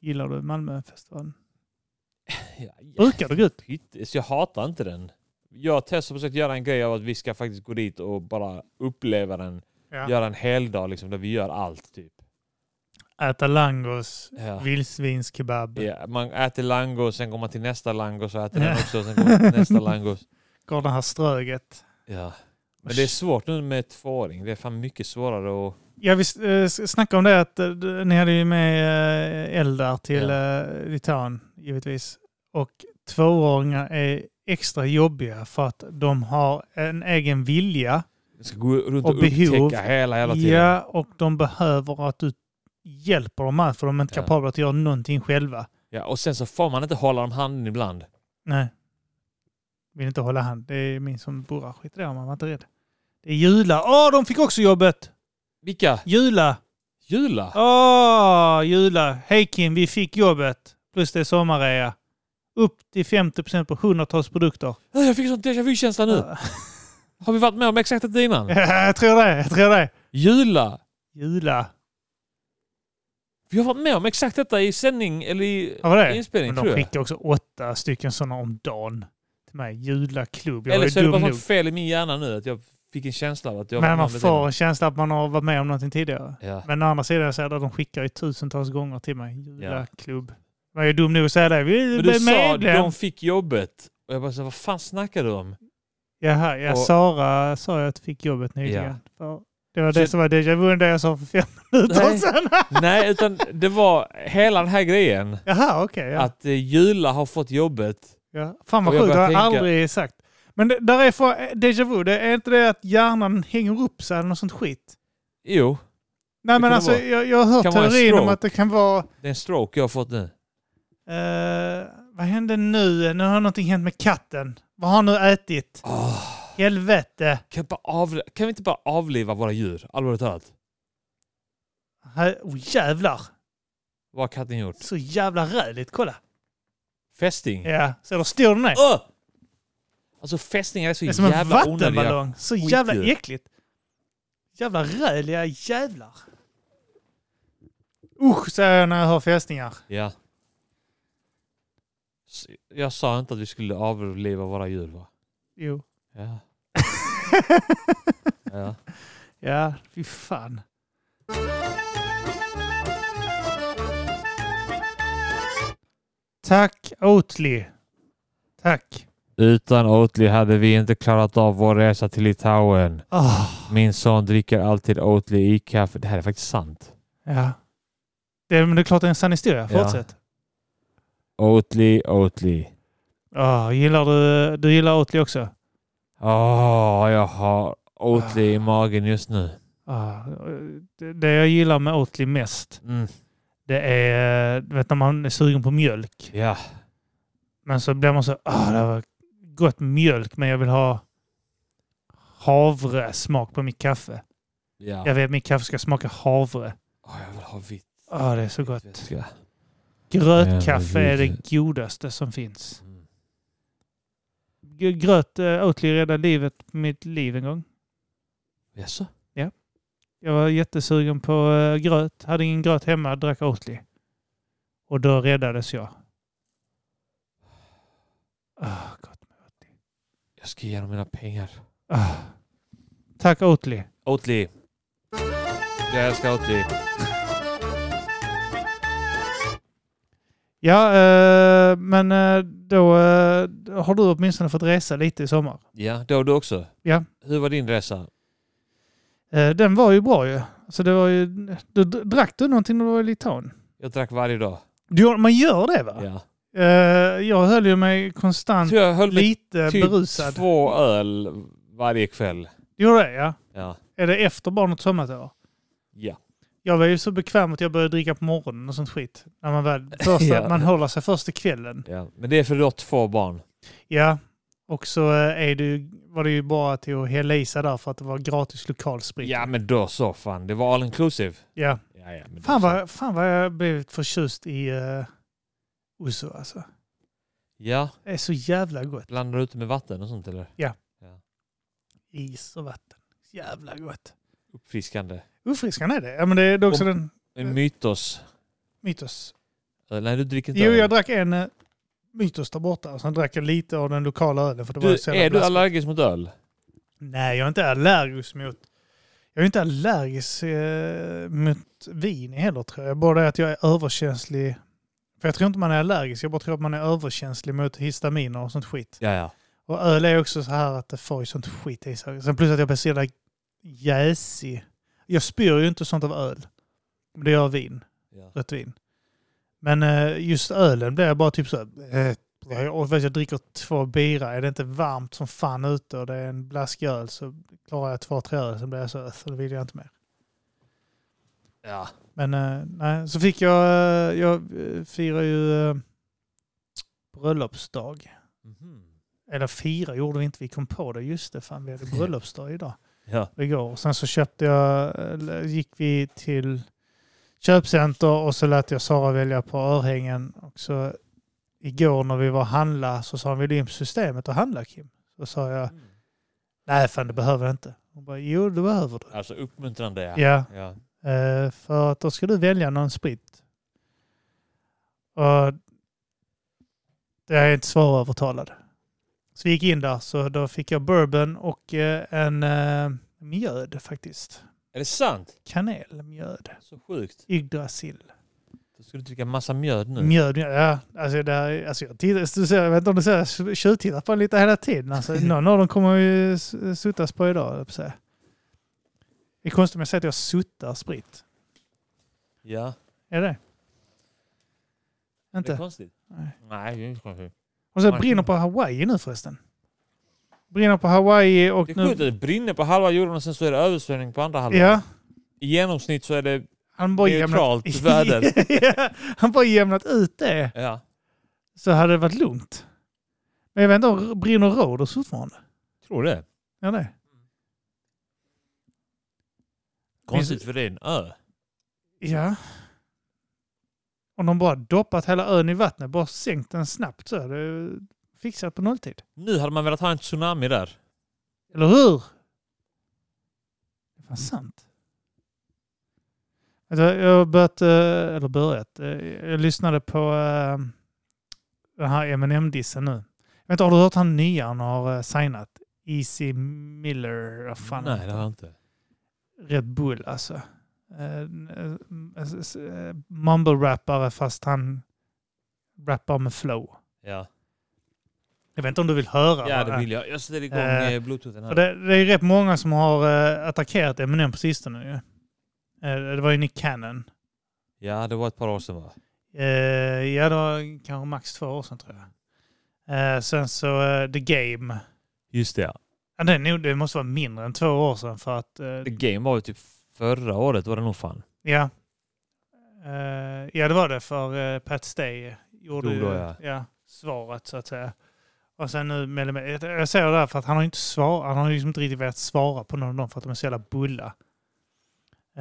S2: Gillar du Malmöfestivalen?
S1: Ja, ja.
S2: Brukar du gå ut?
S1: Skit- Så jag hatar inte den. Jag och Tess har försökt göra en grej av att vi ska faktiskt gå dit och bara uppleva den. Göra en hel dag liksom, där vi gör allt. Typ.
S2: Äta langos,
S1: Ja.
S2: vildsvinskebab,
S1: Ja, man äter langos, sen går man till nästa langos och äter
S2: Ja.
S1: den också. Sen går man till nästa langos.
S2: går det här ströget.
S1: Ja. Men det är svårt nu med tvååring. Det är fan mycket svårare att...
S2: Ja, vi eh, s- snackade om det att eh, d- ni hade ju med eh, Eldar till eh, Litauen, givetvis. Och tvååringar är extra jobbiga för att de har en egen vilja.
S1: Man ska gå runt
S2: Och
S1: och,
S2: behov.
S1: upptäcka hela, hela tiden.
S2: Ja, och de behöver att du hjälper dem här för de är inte
S1: Ja.
S2: kapabla att göra någonting själva.
S1: Ja, och sen så får man inte hålla dem handen ibland.
S2: Nej. Vill inte hålla hand. Det är min som borrar. Skit i det, man var inte rädd. Det är Jula. Åh, de fick också jobbet!
S1: Vilka?
S2: Jula!
S1: Jula?
S2: Åh, Jula. Hej Kim, vi fick jobbet. Plus det är sommarrea. Upp till 50 på hundratals produkter.
S1: Ja, Jag fick sån déjà vu-känsla nu. Har vi varit med om exakt detta innan?
S2: jag tror det. Jag tror det.
S1: Jula!
S2: Jula.
S1: Vi har varit med om exakt detta i sändning eller i
S2: Vad var det?
S1: inspelning
S2: Men
S1: tror
S2: de
S1: jag.
S2: skickar också åtta stycken sådana om dagen. Till mig. Jula klubb. Jag
S1: Eller
S2: var
S1: så är det
S2: ju dum
S1: bara
S2: nog.
S1: sånt fel i min hjärna nu att jag fick en känsla av att jag
S2: Men man
S1: varit med om
S2: får en känsla att man har varit med om någonting tidigare.
S1: detta innan. Ja.
S2: Men å andra sidan så är det att de skickar ju tusentals gånger till mig.
S1: Ja.
S2: Julaklubb. Men jag är dum nog att säga det. Vi
S1: Men du
S2: blev
S1: sa
S2: medlem.
S1: de fick jobbet. Och jag bara så, här, vad fan snackar du om?
S2: Jaha, ja,
S1: Och-
S2: Sara sa ju att fick jobbet nyligen.
S1: Ja.
S2: För Det var
S1: Så-
S2: det som var déjà vu, det jag sa för fem minuter
S1: Nej.
S2: sedan.
S1: Nej, utan det var hela den här grejen.
S2: Jaha, okej. ja.
S1: Att eh, Jula har fått jobbet.
S2: Ja. Fan vad
S1: Och jag
S2: sjukt, det har
S1: börjar
S2: jag
S1: tänka-
S2: aldrig sagt. Men det, där är från déjà vu, det är inte det att hjärnan hänger upp sig eller något sånt skit?
S1: Jo,
S2: Nej men
S1: kan
S2: alltså
S1: vara.
S2: jag, jag har hört
S1: Kan vara en
S2: teorin om
S1: stroke.
S2: att det kan vara...
S1: det är en stroke jag har fått nu.
S2: eh, vad hände nu? Nu har någonting hänt med katten. Vad har han nu ätit?
S1: Ah,
S2: Helvete!
S1: kan, jag bara av, kan vi inte bara avliva våra djur? Allvarligt talat.
S2: Här- Oh, jävlar!
S1: Vad har katten gjort?
S2: Så jävla räligt, kolla!
S1: Fästing?
S2: Ja, ser du hur stor den är?
S1: Öh! Alltså fästingar är så
S2: Det är som en
S1: jävla onödiga.
S2: vattenballong. Så
S1: skitdjur.
S2: jävla äckligt. Jävla räliga jävlar. Usch, säger jag när jag hör fästingar.
S1: Ja. S- Jag sa inte att vi skulle avliva våra djur va?
S2: Jo.
S1: Ja. ja.
S2: Ja, fy fan. Tack Oatly. Tack.
S1: Utan Oatly hade vi inte klarat av vår resa till Litauen.
S2: Ah,
S1: Min son dricker alltid Oatly i kaffe. Det här är faktiskt sant.
S2: ja. Det, är- men det är klart det är en sann historia.
S1: Ja.
S2: Fortsätt.
S1: Oatly, Oatly.
S2: Ah, gillar du, du gillar Oatly också?
S1: Åh, jag har Oatly i magen just nu.
S2: Ah, det, det jag gillar med Oatly mest
S1: Mm.
S2: Det är, eh, du vet när man är sugen på mjölk.
S1: Ja.
S2: Men så blir man så, ah det var gott med mjölk men jag vill ha havresmak på mitt kaffe.
S1: ja.
S2: Jag vill att mitt kaffe ska smaka havre.
S1: Åh, jag vill ha vitt
S2: Ah det är så gott.
S1: vätska.
S2: Grötkaffe
S1: Ja,
S2: är
S1: gud.
S2: det godaste som finns.
S1: Mm.
S2: G- Gröt, äh, Oatly räddade livet, mitt liv en gång.
S1: Jaså?
S2: Jag var jättesugen på eh, gröt, hade ingen gröt hemma, drack Oatly. Och då räddades jag. Ah, gott.
S1: Jag ska ge dem mina pengar.
S2: Ah. Tack Oatly.
S1: Oatly. Jag älskar Oatly.
S2: Ja, eh, men eh, då eh, har du åtminstone fått resa lite i sommar.
S1: Ja, det har du också.
S2: Ja.
S1: Hur var din resa?
S2: Eh, Den var ju bra ju. Alltså det var ju... Du, d- drack du någonting när du var i Litauen?
S1: Jag drack varje dag.
S2: Du, gör- man gör det va?
S1: Ja.
S2: Eh, Jag höll ju mig
S1: Jag
S2: konstant
S1: tror jag höll mig
S2: lite
S1: typ
S2: berusad.
S1: två öl varje kväll.
S2: Du gjorde det ja?
S1: Ja.
S2: Är det efter barnet somnat då?
S1: Ja.
S2: Jag var ju så bekväm att jag började dricka på morgonen och sånt skit. När man väl... Första,
S1: Ja.
S2: Man håller sig först i kvällen.
S1: ja. Men det är för att du har två barn.
S2: Ja. Och så eh, är det, ju- var det ju bara till att hälla i sig där för att det var gratis lokalsprit.
S1: Ja, men då så fan. Det var all inclusive.
S2: ja.
S1: Ja, ja, men då
S2: Fan
S1: så.
S2: vad, fan vad jag blivit förtjust i uh, Ouzo alltså.
S1: Ja.
S2: Det är så jävla gott.
S1: Blandar du ut med vatten och sånt eller?
S2: Is och vatten. Jävla gott.
S1: Uppfriskande.
S2: Ofriskande är det. Ja men det är också
S1: Om-
S2: den
S1: En mytos.
S2: mytos.
S1: Ö, Nej, du dricker inte
S2: Jo,
S1: öl.
S2: jag drack en eh, mytos där borta och sen drack jag lite av den lokala ölen för det var
S1: du,
S2: så jävla
S1: Är du
S2: blaskigt.
S1: allergisk mot öl?
S2: Nej, jag är inte allergisk mot... Jag är inte allergisk eh, mot vin heller tror jag. Bara det att jag är överkänslig. För jag tror inte man är allergisk, jag bara tror att man är överkänslig mot histaminer och sånt skit.
S1: Ja, ja.
S2: Och öl är också så här att det får ju sånt skit i sig. Sen plus att jag blir så jävla jäsig. Jag spyr ju inte sånt av öl. Men det gör vin.
S1: ja.
S2: Rött vin. Men eh, just ölen blir jag bara typ så här... eh, jag- Och vet jag dricker två bira. Är det inte varmt som fan ute och det är en blaskig öl så klarar jag två, tre öl. Sen blir jag så här, så då vill jag inte mer.
S1: ja.
S2: Men eh, nej, så fick jag... eh, Jag eh, firar ju eh, bröllopsdag.
S1: Mhm.
S2: Eller fyra gjorde vi inte, vi kom på det. Just det, fan vi hade bröllopsdag idag.
S1: ja.
S2: Igår. Och Sen så köpte jag, eller gick vi till köpcenter och så lät jag Sara välja på örhängen. Och så igår när vi var och handla så sa hon, vill du in på systemet och handla Kim? Så sa jag,
S1: Mm.
S2: nej fan det behöver jag inte. Hon bara, jo det behöver du.
S1: Alltså uppmuntrande ja.
S2: Ja,
S1: ja.
S2: eh, för att då ska du välja någon sprit. Och det är inte svårövertalad. Så vi gick in där, så då fick jag bourbon och eh, en eh, mjöd faktiskt.
S1: Är det sant?
S2: Kanelmjöd.
S1: Så sjukt.
S2: Yggdrasil.
S1: Då ska du dricka massa mjöd nu.
S2: Mjöd, mjöd. Ja, alltså, det här, alltså jag, tittar, du ser, jag vet inte om du ser, jag tjuvtittar på den lite hela tiden. Alltså, någon av dem kommer ju s- suttas på idag, höll jag på att säga. Det är konstigt om jag säger att jag suttar sprit.
S1: Ja.
S2: Är det
S1: Det är
S2: Inte?
S1: konstigt.
S2: Nej.
S1: Nej, det är inte konstigt.
S2: Och så
S1: Nej.
S2: brinner på Hawaii nu förresten. Brinner på Hawaii och
S1: Det är
S2: nu...
S1: sjukt att det brinner på halva jorden och sen så är det översvämning på andra halvan.
S2: Ja.
S1: I genomsnitt så är det...
S2: Han bara
S1: Neutralt väder.
S2: Ja, han bara jämnat ut det
S1: Ja.
S2: så hade det varit lugnt. Men jag vet inte om brinner Rhodos fortfarande.
S1: Tror det.
S2: Ja, nej.
S1: Konstigt för det är en ö.
S2: Ja. Om de bara doppat hela ön i vattnet, bara sänkt den snabbt så hade det fixat på nolltid.
S1: Nu hade man velat ha en tsunami där.
S2: Eller hur? Det var sant. Alltså, Jag har börjat, eh, eller börjat, eh, jag lyssnade på eh, den här Eminem-dissen nu. Jag vet inte, har du hört han nya han har eh, signat? Easy Miller, vad fan
S1: Nej, det har jag inte.
S2: Red Bull alltså. Eh, eh, s- eh, Mumble-rappare fast han rappar med flow.
S1: Ja,
S2: Jag vet inte om du vill höra?
S1: ja
S2: vad
S1: det vill jag. Jag sätter igång
S2: Eh,
S1: eh, bluetoothen
S2: För
S1: här.
S2: det, det är rätt många som har eh, attackerat Eminem på sistone. Ju. Eh, det var ju Nick Cannon.
S1: Ja, det var ett par år sedan va?
S2: Eh, ja, det var kanske max två år sedan tror jag. Eh, sen så eh, The Game.
S1: Just det ja.
S2: Ja, det, är nog, det måste vara mindre än två år sedan för att... eh,
S1: The Game var ju typ förra året var det nog fan.
S2: Ja. Eh, ja, det var det för eh, Pat Stay gjorde ju
S1: Gjorde, ja.
S2: Ja, svaret så att säga. Och sen nu Melly Mel- jag- Jag säger det här för att han har ju inte svarat. Han har ju liksom inte riktigt velat svara på någon av dem för att de är så jävla bulla. Eh,
S1: Så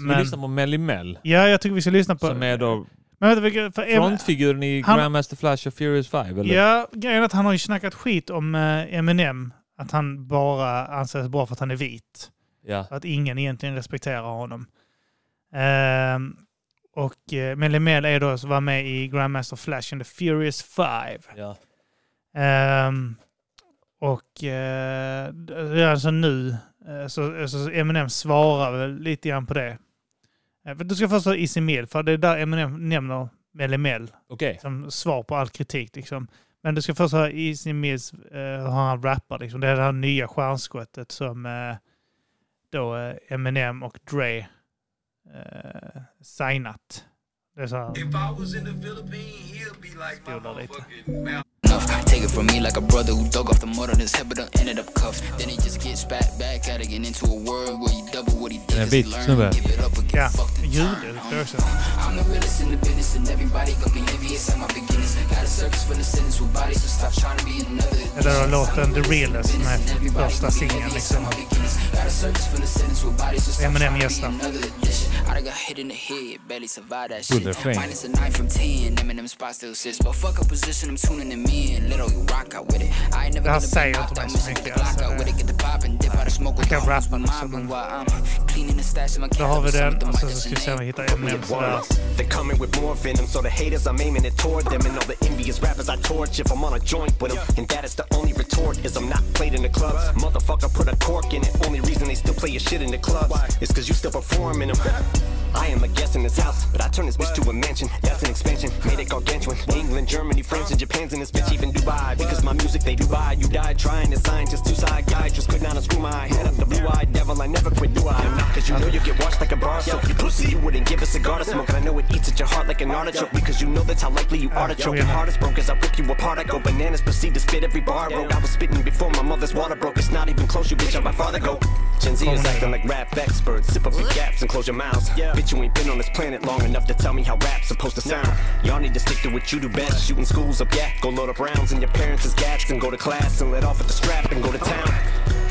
S1: vi
S2: men,
S1: lyssnar på Melly Mel.
S2: ja, jag tycker vi ska lyssna på...
S1: Som är då
S2: men vänta, vilka- för Em-
S1: frontfiguren i
S2: han-
S1: Grandmaster Flash och Furious 5 eller?
S2: ja, grejen är att han har ju snackat skit om eh, Eminem. Att han bara anses bra för att han är vit.
S1: Ja.
S2: Att ingen egentligen respekterar honom. Ehm, och eh, Melly Mel är då som var med i Grandmaster Flash and the Furious Five.
S1: ja.
S2: Ehm, och eh, redan så nu eh, så, så Eminem svarar väl lite grann på det. Eh, för du ska först ha Easy Meal, för det är där Eminem nämner Melly Mel
S1: Okej.
S2: som liksom, svar på all kritik. Liksom. Men du ska först ha Easy Mills, eh, hur han rappar. Liksom. Det är det här nya stjärnskottet som eh, då eh, Eminem och Dre eh, signat. Det är så här,
S3: If I was in the Philippines, he'd be like my
S2: Still not it.
S3: motherfucking mouth.
S4: tough. Take it from me like a brother who dug off the mud on his head, but done ended up cuffed. Then he just gets back back at it, get into a world where you double what he did.
S1: Yeah,
S4: just
S1: beat,
S4: learn,
S1: snubbe.
S4: give it up and get
S2: ja,
S4: fucked and
S2: ljudet
S4: turn.
S2: det också.
S4: I'm the realest in the business, and everybody gon' be envious at my beginnings. Got a circus full of sinners with bodies, so stop trying to be another.
S2: Eller då låten The Realest med första singeln. Liksom.
S4: Got a circus full of sinners with bodies, so stop
S2: Eminem
S4: trying to be
S2: gästar.
S4: another edition. I done got hit in the head, barely survived that shit.
S1: Good refrain.
S4: Minus a nine from ten, them and them spots still sits. But fuck a position, I'm tuning them in. Little you rock out with it. I ain't never
S2: I'll
S4: gonna
S2: say
S4: be
S2: it
S4: knocked
S2: to
S4: out,
S2: my
S4: missing with the
S2: sneaker,
S4: Glock
S2: so
S4: out with
S2: that-
S4: it. Get the pop and dip out of smoke with
S2: can
S4: the
S2: rap
S4: hoes, but
S2: on
S4: mine
S2: some
S4: been
S2: of
S4: while I'm cleaning the stash of my
S2: Då har vi
S4: cabinet, some
S2: den
S4: with
S2: och
S4: the
S2: så ska vi
S4: mic
S2: se om vi
S4: and
S2: hittar Eminem. Sådär.
S5: They're coming with more venom, so the haters I'm aiming it toward them. And all the envious rappers I torch if I'm on a joint with them. And that is the only retort, is I'm not played in the clubs. Motherfucker put a cork in it. Only reason they still play your shit in the clubs is cause you still performing them. I am a guest in this house, but I turn this bitch to a mansion. That's an expansion, made it gargantuan. England, Germany, France, and Japan's in this bitch, even Dubai. Because my music they do buy. You died trying to sign, just two side guys, just could not unscrew my head up the blue eyed devil. I never quit, do I? Not cause you know you get washed like a bar of soap. You pussy, you wouldn't give a cigar to smoke. And I know it eats at your heart like an artichoke. Because you know that's how likely you are to choke. Your heart is broke as I rip you apart. I go bananas, proceed to spit every bar I wrote. I was spitting before my mother's water broke. It's not even close, you bitch, I'm by far the goat. Gen Z is acting like rap experts. Zip up your gaps and close your mouths. Bitch, you ain't been on this planet long enough to tell me how rap's supposed to sound. Y'all need to stick to what you do best. Shooting schools up, yeah. Go load up rounds in your parents' gats and go to class and let off at the strap and go to town.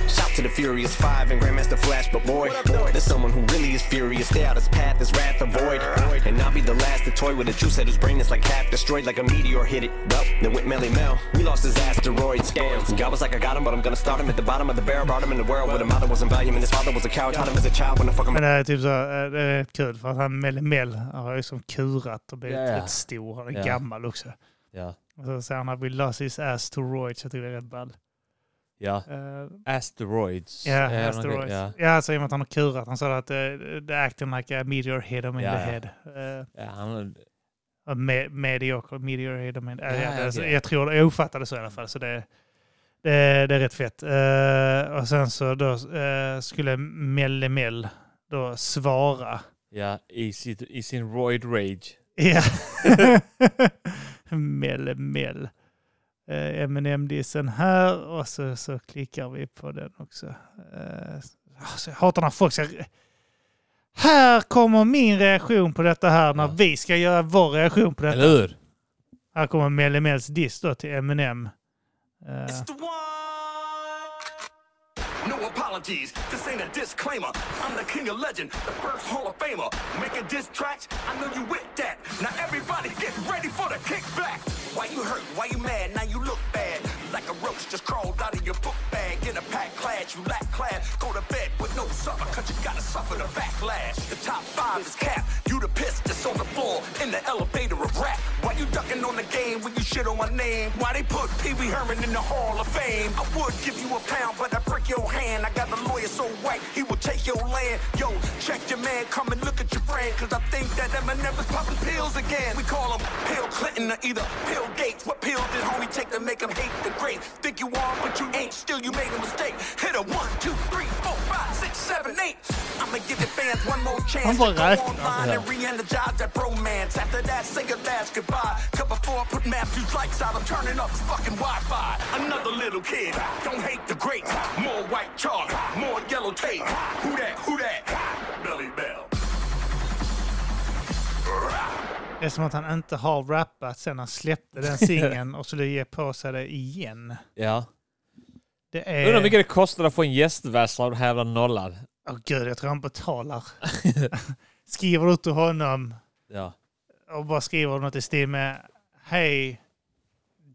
S5: Shout to the Furious Five and Grandmaster Flash, but boy, there's someone who really is furious. Stay out his path, his wrath avoid. And I'll be the last to toy with a juice that whose brain is like half destroyed, like a meteor hit it. Well, then went Melly Mel. We lost his asteroid scams. God was like, I got him, but I'm gonna start him at the bottom of the barrel. Brought him in the world where the mother wasn't valiant and his father was a coward. Taught him as a child when I fuck him.
S2: Men det är typ så, här, eh, det är rätt kul för att han Melle Mel har ju som kurat och blivit
S1: Ja, ja.
S2: rätt stor. Han är
S1: Ja.
S2: gammal också.
S1: Ja.
S2: Och så säger han att we lost his ass to roids. Jag tycker det är rätt ball.
S1: ja.
S2: Eh,
S1: Asteroids.
S2: Ja,
S1: Eh,
S2: asteroids.
S1: någonting,
S2: Ja.
S1: Ja.
S2: alltså i och med att han har kurat. Han sa att uh, the acting like a meteor hit him in
S1: Ja,
S2: the
S1: ja.
S2: head. Uh,
S1: Ja, han,
S2: med, mediocre meteor hit him in the
S1: Ja,
S2: ja, det-
S1: okej.
S2: Jag tror det. Jag uppfattade det så i alla fall. Så det, Det, det är rätt fett. Eh, och sen så då eh, skulle Melle Mell då svara.
S1: Ja, i, sitt, i sin roid rage.
S2: Ja. Mell Mell. Eh, M&M-dissen här och så, så klickar vi på den också. Eh, alltså, jag hatar när folk säger... Här kommer min reaktion på detta här när
S1: Ja.
S2: vi ska göra vår reaktion på detta.
S1: Eller hur?
S2: Här kommer Melle Mells diss då till M&M. Eh,
S5: It's the one. No apologies. This ain't a disclaimer. I'm the king of legend, the first Hall of Famer. Making diss tracks, I know you with that. Now everybody get ready for the kickback. Why you hurt? Why you mad? Now you look bad. Like a roach just crawled out of your book bag. In a pack clad, you lack clad. Go to bed with no supper, cause you gotta suffer the backlash. The top five is cap. You the piss that's on the floor in the elevator of rap. Why you ducking on the game when you shit on my name? Why they put Pee Wee Herman in the Hall of Fame? I would give you a pound, but I break your hand. I got a lawyer so white, he will take your land. Yo, check your man, come and look at your friend. Cause I think that Eminem is popping pills again. We call him Pill Clinton or either Pill Gates. What pill did homie take to make him hate the great? Think you are, but you ain't. Still, you made a mistake. Hit a one, two, three, four, five, six, seven, eight. I'ma give the fans one more chance.
S2: I'm
S5: to go
S2: alright.
S5: online and re-energize that bromance. After that, say your last goodbye. Cut before I put Matthew's lights out, I'm turning off his fucking Wi-Fi. Another little kid, don't hate the great. More white chalk, more yellow tape. Who that? Who that? Billy Bell.
S2: Det är som att han inte har rappat sen han släppte den singeln och skulle ge på sig det igen.
S1: Ja.
S2: Det
S1: Undrar
S2: är...
S1: hur mycket det kostar att få en gästvers av den här jävla nollan.
S2: Åh gud, jag tror han betalar. skriver du till honom
S1: Ja.
S2: och bara skriver något i stil med Hej,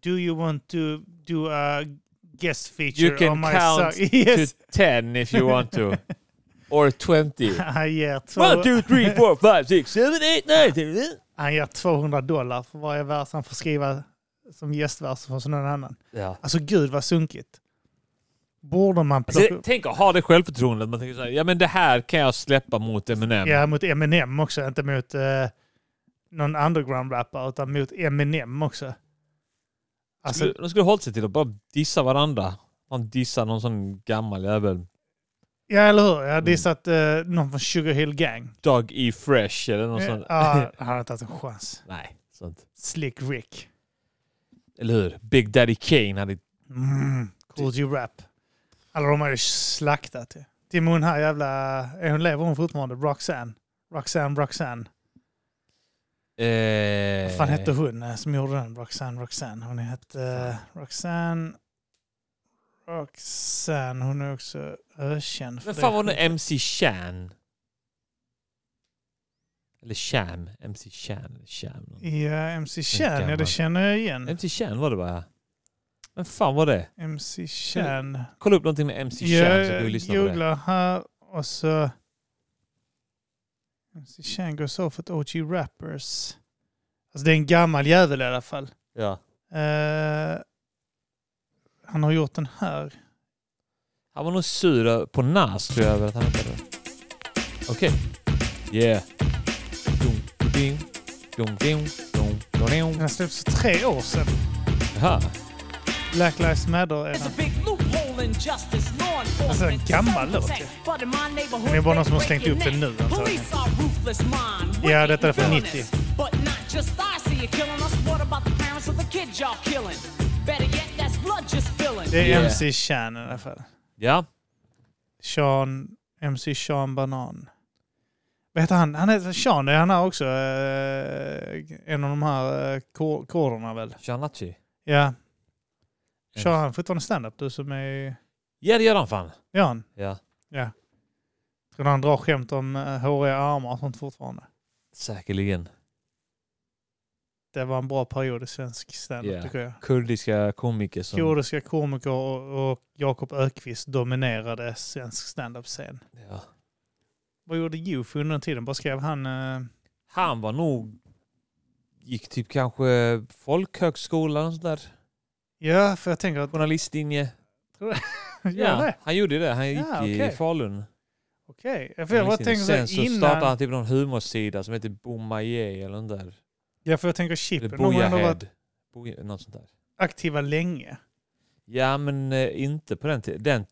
S2: do you want to do a guest feature
S1: You can
S2: on oh my
S1: count
S2: song? Yes.
S1: to ten if you want to. Or 20.
S2: Han ger, två,
S1: One, two, three, four, five, six, seven, eight, nine, ten.
S2: han ger 200 dollar för varje vers han får skriva som gästvers från någon annan.
S1: Ja.
S2: Alltså gud vad sunkigt. Borde
S1: Så,
S2: man plocka upp?
S1: Alltså, tänk att ha det självförtroendet. Man tänker så här, ja men det här kan jag släppa mot Eminem.
S2: Ja, mot Eminem också. Inte mot eh, någon underground-rappare, utan mot Eminem också. Alltså,
S1: Skulle- de skulle hållit sig till att bara dissa varandra. Man dissar någon sån gammal jävel.
S2: ja, eller hur? Jag hade dissat eh, någon från Sugar Hill Gang.
S1: Doug E. Fresh eller någon sån.
S2: Eh, Ja, han hade tagit en chans.
S1: Nej, sånt.
S2: Slick Rick.
S1: Eller hur? Big Daddy Kane hade...
S2: Mm. Cool G-Rap. Alla de har ju slaktat. ju. Till och med hon här jävla... Är hon lever hon fortfarande? Roxanne. Roxanne, Roxanne.
S1: Eh,
S2: Vad fan hette hon eh, som gjorde den? Roxanne, Roxanne. Hon hette eh, Roxanne... Roxanne. Hon är också ökänd. för
S1: Men
S2: det.
S1: fan var det MC Chan? Eller Sham? MC Chan? eller Sham.
S2: Ja, MC
S1: En
S2: Chan. Ja, det
S1: gammal.
S2: känner jag igen.
S1: MC Chan var det bara. Men fan var det?
S2: MC Chan.
S1: Kolla upp någonting med MC Chan så kan vi
S2: Jag
S1: lyssna på det.
S2: googlar här och så... MC Chan goes off at OG Rappers. Alltså det är en gammal jävel i alla fall.
S1: Ja.
S2: Eh, han har gjort den här.
S1: Han var nog sur på Nas tror jag över att han inte hade... Okej. Yeah. Dum, dum, dum, dum, dum, dum,
S2: Den
S1: dum.
S2: här släpptes för tre år sedan.
S1: Jaha.
S2: Black Lives Matter är
S6: It's
S2: den.
S6: a big loophole in justice, law
S2: Alltså, en
S6: enforcement,
S2: gammal låt ju.
S6: But in my neighborhood,
S2: Men det är bara någon
S6: they
S2: som har slängt
S6: break
S2: upp den
S6: your
S2: nu,
S6: neck.
S2: antagligen.
S6: Police are ruthless, mind
S2: Ja,
S6: wicked
S2: detta är från
S6: villainous.
S2: 90.
S6: But not just I see you killing us. What about the parents of the kids y'all killing? Better yet, that's blood just spilling.
S2: Det är
S1: Yeah.
S2: MC Chan i alla fall.
S1: Ja.
S2: Sean, MC Sean Banan. Vad heter han? Han heter Sean, det är han här också. eh, en av de här eh, kor- korderna väl?
S1: Shanachi.
S2: Ja. Kör han fortfarande standup? Du som är...
S1: Ja, det gör han fan.
S2: Ja, han.
S1: Ja.
S2: Ja. Tror du han drar skämt om eh, håriga armar och sånt fortfarande?
S1: Säkerligen.
S2: Det var en bra period i svensk standup
S1: Ja.
S2: tycker jag.
S1: Kurdiska komiker som...
S2: Kurdiska komiker och, och Jakob Ökvist dominerade svensk standup-scen.
S1: Ja.
S2: Vad gjorde Youth under den tiden? Bara skrev han... eh,
S1: Han var nog... Gick typ kanske folkhögskolan och sådär.
S2: ja, för jag tänker att...
S1: Journalistlinje.
S2: Ja.
S1: Ja,
S2: det.
S1: han gjorde det. Han gick
S2: Ja,
S1: i
S2: okej.
S1: Falun.
S2: Okej. Ja, För jag bara tänker så
S1: Sen så
S2: här
S1: startade
S2: innan...
S1: han typ någon humorsida som heter Bomaye eller något där.
S2: Ja, för jag tänker
S1: Eller
S2: Chippen. De har ändå
S1: Bojahed.
S2: varit
S1: Boja, något sånt där.
S2: aktiva länge.
S1: Ja, men eh, inte på den tiden. Den,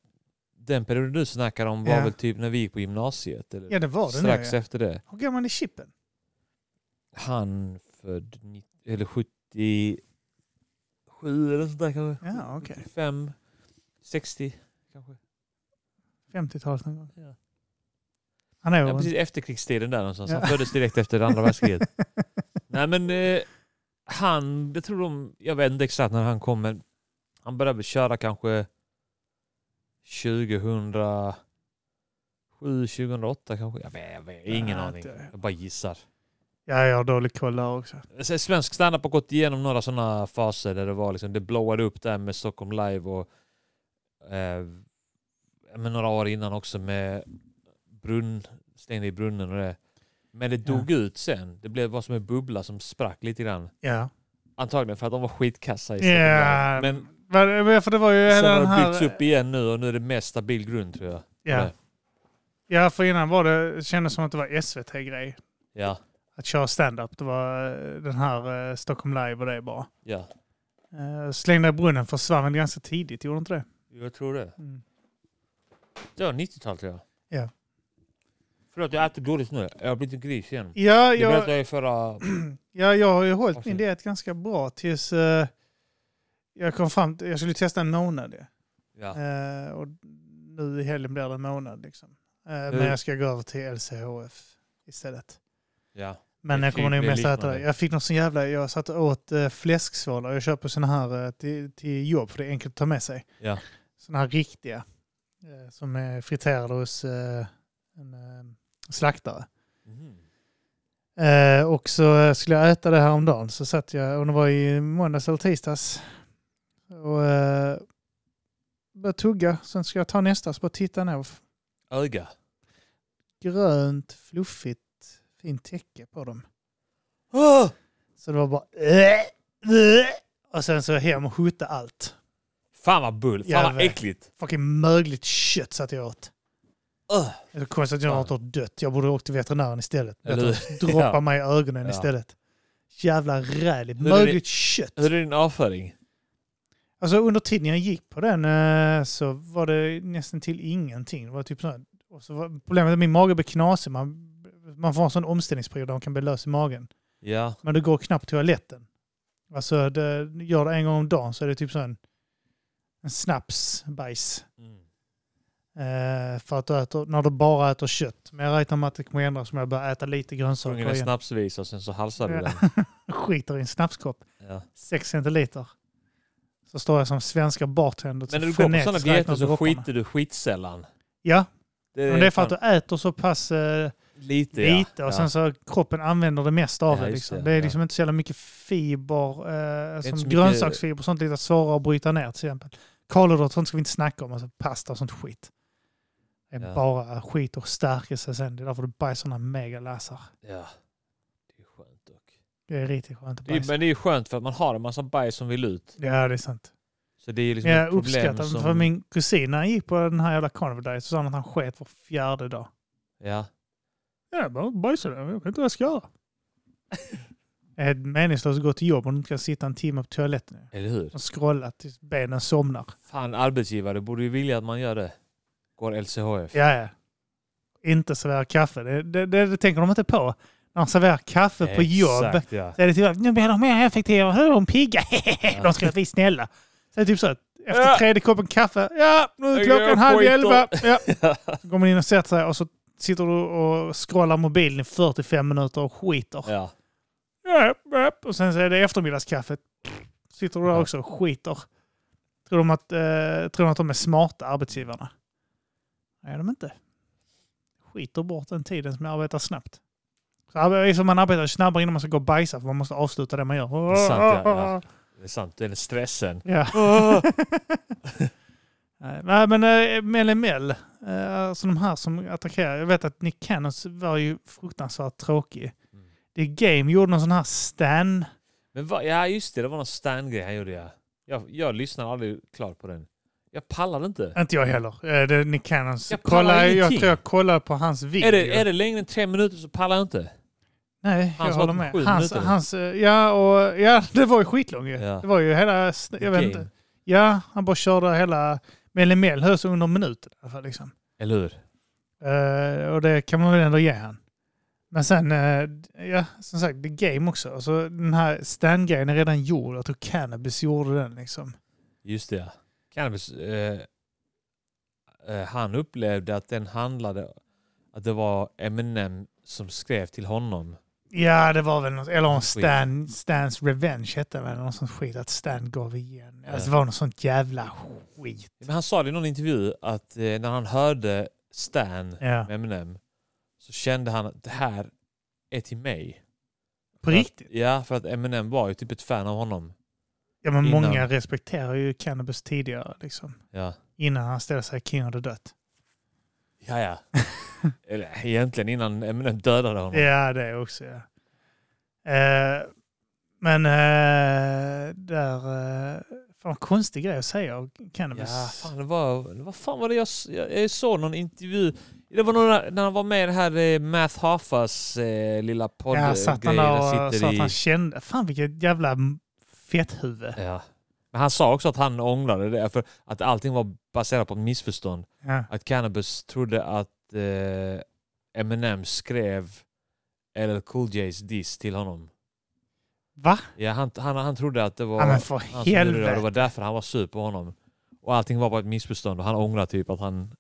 S1: den perioden du snackar om var
S2: Ja.
S1: väl typ när vi gick på gymnasiet? Eller
S2: Ja, det var det nu.
S1: strax
S2: ja.
S1: efter det.
S2: Hur gammal är Chippen?
S1: Han född 90, eller 77 eller sånt där kanske.
S2: Ja, okej.
S1: 5, 60 kanske.
S2: 50-talet någon gång.
S1: Ja.
S2: Han är
S1: Ja,
S2: ja,
S1: precis efterkrigstiden där någonstans.
S2: Ja.
S1: Han föddes direkt efter andra världskriget. Nej men eh, han, jag tror de, jag vet inte exakt när han kom men han började väl köra kanske 2007, 2008 kanske. Jag vet, jag vet ingen
S2: Nej,
S1: aning.
S2: inte.
S1: Jag bara gissar.
S2: ja, jag har dålig koll där också.
S1: Så Svensk standup har gått igenom några sådana faser där det var liksom, det blowade upp där med Stockholm Live och eh, men några år innan också med brunn, stängde i brunnen och det. Men det dog ut sen. Det blev var som en bubbla som sprack lite grann.
S2: Ja.
S1: Antagligen för att de var skitkassa i Stockholm
S2: Ja.
S1: Live. Men
S2: Var- men För det var ju
S1: sen
S2: hela
S1: har
S2: den
S1: det byggts
S2: här...
S1: upp igen nu och nu är det mer stabil grund tror jag.
S2: Ja. ja, för innan var det, det kändes som att det var SVT-grej.
S1: Ja,
S2: Att köra stand-up. Det var eh, den här eh, Stockholm Live och det bara.
S1: ja.
S2: Eh, Slängda i brunnen försvann väl ganska tidigt, gjorde inte det?
S1: Jag tror det.
S2: Mm.
S1: Det var 90-tal tror jag.
S2: Ja.
S1: Förlåt, jag äter godis nu. Jag har blivit en gris igen.
S2: Ja,
S1: Det
S2: jag,
S1: berättade jag i förra...
S2: ja, jag har ju hållit min
S1: Varsågod.
S2: diet ganska bra tills eh, jag kom fram till, jag skulle testa en månad. ja.
S1: Ja.
S2: Eh, och nu i helgen blir det en månad liksom. Eh, men
S1: Hur?
S2: jag ska gå över till LCHF istället.
S1: ja.
S2: Men
S1: Det är
S2: jag kommer
S1: typ
S2: nog
S1: det
S2: mest äta
S1: liknande.
S2: det. Jag fick någon sån jävla, jag satt och åt eh, fläsksvallar. Jag köper såna här eh, till, till jobb för det är enkelt att ta med sig.
S1: Ja.
S2: Såna här riktiga. Eh, som är friterade hos eh, en eh, slaktare.
S1: Mhm.
S2: Eh, och så eh, skulle jag äta det här om dagen så satt jag, och det var i måndags eller tisdags. Och eh, började tugga, sen ska jag ta nästa, så bara titta ner.
S1: Öga.
S2: Grönt, fluffigt, fint täcke på dem.
S1: Åh!
S2: Så det var bara... "Äh, äh." Och sen så hem och hota allt.
S1: Fan vad bull. Fan
S2: Jag
S1: vad
S2: vet.
S1: äckligt.
S2: Fucking mögligt kött satt jag åt.
S1: Öh!
S2: Det är konstigt att jag
S1: Fan.
S2: inte har dött. Jag borde ha åkt till veterinären istället.
S1: Eller
S2: Bättre att droppa
S1: Ja.
S2: mig i ögonen
S1: Ja.
S2: istället. Jävla räligt.
S1: Hur är det-
S2: Mögligt kött.
S1: Hur är din avföring?
S2: Alltså under tiden jag gick på den eh, så var det nästan till ingenting. Det var typ så här, och så var problemet att min mage blev knasig. Man, man får en sån omställningsperiod där man kan bli lös i magen.
S1: Ja.
S2: Men det går knappt toaletten. Alltså det, gör det en gång om dagen så är det typ så en, en snapsbajs.
S1: Mm.
S2: Eh, för att du äter, när du bara äter kött. Men jag räknar med att det kommer ändras om jag börjar äta lite
S1: Sjungen
S2: grönsaker
S1: en
S2: igen.
S1: snapsvisa och sen så halsar du
S2: Ja.
S1: den.
S2: Skiter i en snapskopp.
S1: Ja.
S2: 6 centiliter. Så står jag som svenska bartender.
S1: Men när du går på
S2: så frenetiskt
S1: sådana
S2: räknar
S1: dieter så
S2: dropparna.
S1: skiter Eh, du skitsällan.
S2: Ja,
S1: Det
S2: Men det är för att du äter så pass eh,
S1: Lite ja.
S2: lite och sen
S1: ja.
S2: så kroppen använder det mesta av
S1: Ja,
S2: det.
S1: just
S2: Liksom.
S1: det,
S2: Det är
S1: ja.
S2: liksom inte så jävla mycket fiber, eh,
S1: inte så
S2: som
S1: mycket-
S2: grönsaksfiber och sånt lite svårare att bryta ner till exempel. Kolhydrater sånt ska vi inte snacka om, alltså pasta och sånt skit. Det är
S1: Ja.
S2: bara skit och stärkelse sen. Det är därför du bajsar sådana megalassar.
S1: Ja. Det är skönt dock.
S2: Det är riktigt skönt att
S1: Det är,
S2: bajsa.
S1: men det är ju skönt för att man har en massa bajs som vill ut.
S2: Ja, det är sant.
S1: Så det är ju liksom ett
S2: Jag
S1: problem
S2: uppskattar,
S1: som...
S2: för min kusin när han gick på den här jävla carnival diet så sa han att han sket var fjärde dag.
S1: Ja.
S2: Ja, jag bara bajsade. Jag vet inte vad jag ska göra. Det är meningslöst att gå till jobb om du inte kan sitta en timme på toaletten
S1: Eller hur?
S2: och scrolla tills benen somnar.
S1: Fan arbetsgivare borde ju vilja att man gör det. Går LCHF.
S2: Ja, ja. Inte servera kaffe. Det, det, det, det tänker de inte på. När de serverar kaffe på jobb
S1: Exakt ja.
S2: så är det typ att nu blir de mer effektiva. Hur är de pigga? de ska bli snälla. Så det är typ så att efter
S1: Ja.
S2: tredje koppen kaffe. Ja, nu är
S1: Jag
S2: klockan
S1: går
S2: halv
S1: skiter.
S2: elva. Ja. Så går man in och sätter sig och så sitter du och scrollar mobilen i 45 minuter och skiter.
S1: ja.
S2: Japp, japp. Och sen så är det eftermiddagskaffet. Sitter du där
S1: Ja.
S2: också och skiter. Tror de, att, eh, tror de att de är smarta, arbetsgivarna? Nej, de är inte. Skiter bort den tiden som jag arbetar snabbt. Så arbe- liksom man arbetar snabbare innan man ska gå och bajsa för man måste avsluta det man gör.
S1: är sant,
S2: Ah,
S1: ja, ja. Det är sant. Den stressen.
S2: Ja. Nej, Nej, men eh, MLML, eh, alltså de här som attackerar. Jag vet att Nick Cannons var ju fruktansvärt tråkig.
S1: Mm.
S2: Det Game gjorde någon sån här stan.
S1: Men vad- ja, just det. Det var någon Stan-grej han gjorde. Ja. Jag, jag lyssnade aldrig klart på den. Jag pallade inte.
S2: Inte jag heller. Eh, Det är Nick Cannons.
S1: Jag pallar
S2: Kolla, jag
S1: ingenting.
S2: tror jag kollar på hans video.
S1: Är det, är det längre än tre minuter så pallar jag inte.
S2: Nej, jag
S1: Hans
S2: håller
S1: var
S2: med.
S1: sju
S2: Hans,
S1: minuter.
S2: hans, eh, ja, och, ja, det var ju skitlång ju.
S1: Ja.
S2: Det var ju hela... sn- Jag vet
S1: Game.
S2: inte. Ja, han bara körde hela... Melly Mel hörs under minuten i alla fall. Liksom.
S1: Eller hur?
S2: Eh, och det kan man väl ändå ge han. Men sen, eh, ja, som sagt, det är game också. Alltså, den här Stan-grejen är redan gjord. Jag tror Cannabis gjorde den liksom.
S1: Just det. ja. Cannabis, eh, eh, han upplevde att den handlade, att det var Eminem som skrev till honom.
S2: Ja, det var väl något. Eller om Stan, Stans Revenge hette det väl. Någon sån skit att Stan gav igen. Alltså, det var något sånt jävla skit.
S1: Men han sa det i någon intervju att eh, när han hörde Stan
S2: Ja.
S1: med Eminem så kände han att det här är till mig.
S2: På riktigt.
S1: Ja, för att Eminem var ju typ ett fan av honom.
S2: Ja, men
S1: Innan.
S2: många respekterar ju Cannabis tidigare liksom.
S1: Ja,
S2: Innan han ställde sig King of the Death.
S1: ja. ja. Eller egentligen innan Eminem dödade honom.
S2: Ja, det också. Ja. Eh, men eh, där... Eh, fan, konstig grej att säga om cannabis.
S1: Ja, fan, det var, det var, fan var det jag, s- jag, jag såg någon intervju. Det var några, när han var med i det här eh, Math Haffas eh, lilla podd.
S2: ja, satt han där
S1: han
S2: och sa att han kände... Fan, vilket jävla m- fetthuvud.
S1: ja. Men han sa också att han ångrade det, för att allting var baserat på ett missförstånd.
S2: Ja.
S1: Att Cannabis trodde att eh, Eminem skrev LL Cool J's diss till honom.
S2: Va?
S1: Ja, han, han, han trodde att det var
S2: Ja, men för
S1: han som gjorde alltså, det och det
S2: helvete.
S1: var därför han var sur på honom. Och allting var bara ett missförstånd och han ångrar typ att han...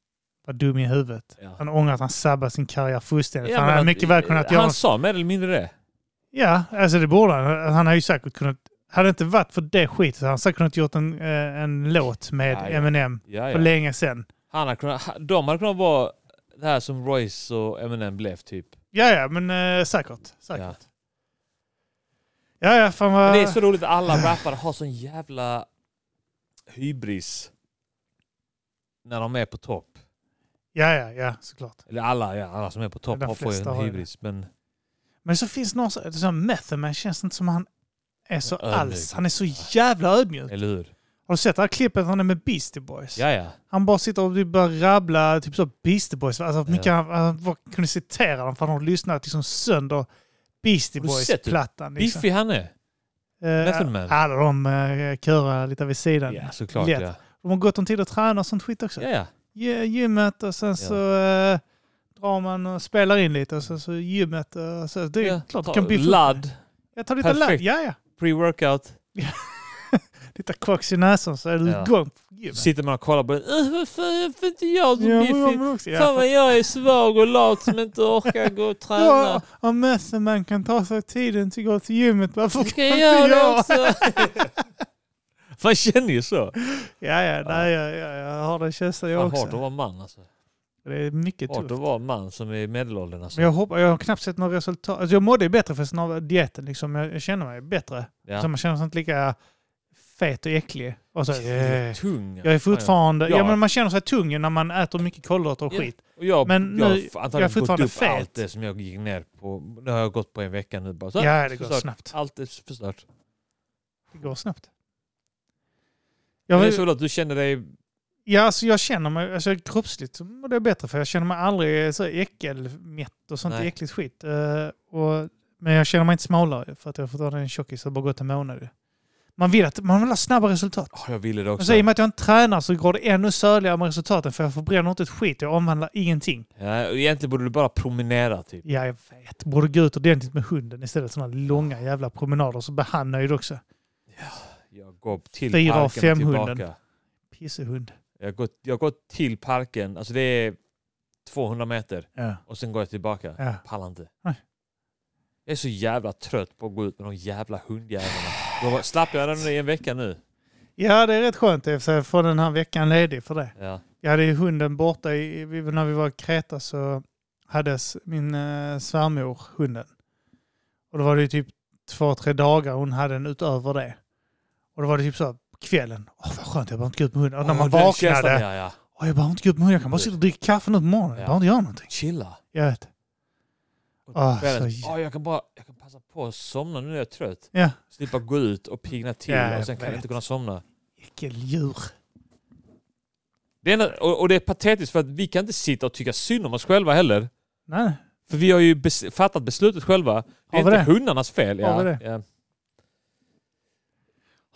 S2: Vad dum i huvudet.
S1: Ja.
S2: Han ångrar att han sabbar sin karriär fullständigt.
S1: Ja,
S2: för han
S1: men
S2: hade
S1: att-
S2: mycket väl kunnat
S1: Han
S2: göra...
S1: sa mer eller mindre det.
S2: Ja, alltså det borde han. Han har ju säkert kunnat... Hade det inte varit för det skitet hade han säkert kunnat gjort en, eh, en låt med
S1: Ja, ja.
S2: Eminem
S1: Ja,
S2: för
S1: ja.
S2: länge sedan.
S1: Han hade kunnat, ha- de hade kunnat vara det här som Royce och Eminem blev typ.
S2: Ja, ja, men eh, säkert. säkert.
S1: Ja.
S2: Ja, ja, fan vad...
S1: Men det är så roligt att alla rappare har sån jävla hybris när de är på topp.
S2: Ja, ja, ja, såklart.
S1: Eller alla, ja, alla som är på topp
S2: De
S1: har får ju
S2: flesta har
S1: en
S2: ju
S1: hybris. Men
S2: Men så finns någon så, så här Method Man känns inte som han är så
S1: Ödmjuk.
S2: alls. Han är så jävla ödmjuk.
S1: eller hur?
S2: Har du sett det här klippet han är med Beastie Boys?
S1: Ja, ja.
S2: Han bara sitter och typ börjar rabbla typ så Beastie Boys. Alltså mycket han, han bara kunde citera dem för han har lyssnat liksom sönder Beastie
S1: Har du sett hur
S2: Boys-plattan. Liksom.
S1: Biffig han är.
S2: Eh,
S1: Method Man?
S2: Alla de uh, kurar lite vid sidan.
S1: Ja, såklart
S2: Lätt.
S1: ja.
S2: De har gått om tid att träna och sånt skit också.
S1: Ja, ja.
S2: gy- gymmet och sen så eh, drar man och spelar in lite och sen så gymmet. Och så, det är
S1: ja.
S2: klart, du
S1: Ta-
S2: kan biffa upp
S1: Ladd,
S2: det. Jag tar lite ladd.
S1: Perfekt.
S2: Ja, ja.
S1: pre-workout.
S2: Lite koks i näsan så är du
S1: Ja.
S2: igång på gymmet.
S1: Sitter man och kollar på det. "Äh, Vad fan, varför inte jag så
S2: Ja, men
S1: biffig?
S2: jag också.
S1: Fan
S2: Ja,
S1: vad jag är svag och lat som inte orkar gå och träna.
S2: ja, om mössen man kan ta sig tiden till att gå till gymmet, varför
S1: Ska
S2: kan
S1: jag
S2: inte
S1: göra
S2: jag?
S1: det också? Man känner ju så.
S2: Ja, ja, nej, ja, ja, jag har den känslan jag
S1: Fan, hårt att
S2: också.
S1: vara man alltså.
S2: Det är mycket
S1: Hårt
S2: tufft.
S1: att vara man som är medelåldern alltså.
S2: Men jag, hoppas, jag har knappt sett några resultat. Alltså jag mådde ju bättre förresten av dieten. Liksom. Jag, jag känner mig bättre.
S1: Ja.
S2: Så man känner sig inte lika fet och äcklig. Och så, eh,
S1: Tung. alltså.
S2: Jag är fortfarande... Ja.
S1: Ja.
S2: men man känner sig tung när man äter mycket kolhydrater och
S1: Ja.
S2: skit.
S1: Och jag,
S2: Men
S1: jag
S2: nu-
S1: har f- antagligen
S2: jag är fortfarande
S1: gått upp
S2: fet.
S1: allt det som jag gick ner på. Nu har jag gått på en vecka nu bara. Så,
S2: Ja, det går
S1: förstört.
S2: snabbt.
S1: Allt är förstört.
S2: Det går snabbt.
S1: Men
S2: Jag,
S1: det är så roligt att du känner dig...
S2: ja, alltså jag känner mig... Alltså kroppsligt så mår det bättre för jag känner mig aldrig så äckelmätt och sånt
S1: Nej.
S2: äckligt skit. Eh, och, men jag känner mig inte smalare för att jag har fått vara en tjockis. Det har bara gått en månad. Man vill, att, man vill ha snabba resultat.
S1: Ja, jag ville det också.
S2: Och så i och med att jag inte tränar så går det ännu söligare med resultaten för jag förbränner inte ett skit. Jag omvandlar ingenting.
S1: Ja, och egentligen borde du bara promenera typ.
S2: Ja, jag vet. Borde gå ut ordentligt med hunden istället för sådana långa jävla promenader så blir han nöjd också.
S1: Jag går till
S2: Fyra av
S1: parken
S2: fem
S1: tillbaka.
S2: hunden. Pissehund.
S1: Jag har, gått, jag har gått till parken. Alltså det är 200 meter.
S2: Ja.
S1: Och sen går jag tillbaka.
S2: Ja.
S1: Pallar inte.
S2: Nej.
S1: Jag är så jävla trött på att gå ut med de jävla hundjävlarna. Då slapp jag den i en vecka nu.
S2: ja, det är rätt skönt i och för sig att få den här veckan ledig för det.
S1: Ja.
S2: Jag hade ju hunden borta i, vi- när vi var i Kreta så hade s- min eh, svärmor hunden. Och då var det ju typ två, tre dagar hon hade den utöver det. Och då var det typ så här på kvällen. Åh, vad skönt, jag behöver inte gå ut med hunden. Och när
S1: Åh,
S2: man
S1: den känslan,
S2: vaknade.
S1: Ja, ja.
S2: Åh, jag behöver inte gå ut med hunden. Jag kan bara sitta och dricka kaffe nu på morgonen. Jag
S1: Ja.
S2: behöver inte göra någonting.
S1: Chilla.
S2: Jag vet.
S1: Och
S2: Ah,
S1: kvällen,
S2: så jä-
S1: "Ah, jag kan bara jag kan passa på att somna nu när jag är trött.
S2: Ja.
S1: Slippa gå ut och pigna till
S2: Ja, jag
S1: och sen kan
S2: vet.
S1: jag inte kunna somna.
S2: Äckeldjur.
S1: Det är, en- och, och det är patetiskt för att vi kan inte sitta och tycka synd om oss själva heller.
S2: Nej,
S1: För vi har ju bes- fattat beslutet själva. Det är
S2: Har vi
S1: inte
S2: det?
S1: hundarnas fel.
S2: Har
S1: Ja,
S2: vi det?
S1: ja.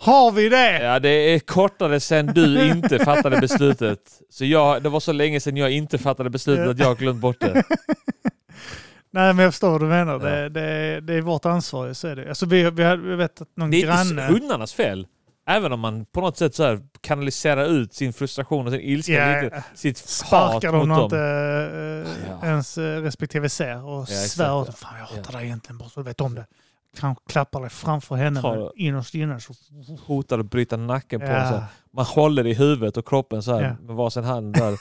S2: Har vi det?
S1: Ja, det är kortare sen du inte fattade beslutet. Så jag, det var så länge sedan jag inte fattade beslutet att jag har glömt bort det.
S2: Nej, men jag förstår vad du menar. Det, det, det är vårt ansvar, ju, så är det. Alltså, vi, vi har vi vet att någon
S1: Det är inte
S2: granne...
S1: hundarnas fel. Även om man på något sätt så här kanaliserar ut sin frustration och sin ilska,
S2: Ja,
S1: lite, sitt hat
S2: sparkar
S1: mot
S2: de när
S1: dem.
S2: inte eh,
S1: Ja.
S2: ens eh, respektive ser och
S1: exakt,
S2: svär
S1: ja.
S2: åt Fan, jag hatar dig egentligen bara så du vet om det. Kanske klappar dig framför henne
S1: Tar-
S2: men innerst inne så...
S1: Hotar att bryta nacken på
S2: Ja.
S1: en. Så här. Man håller i huvudet och kroppen så här
S2: Ja.
S1: med varsin hand där. Och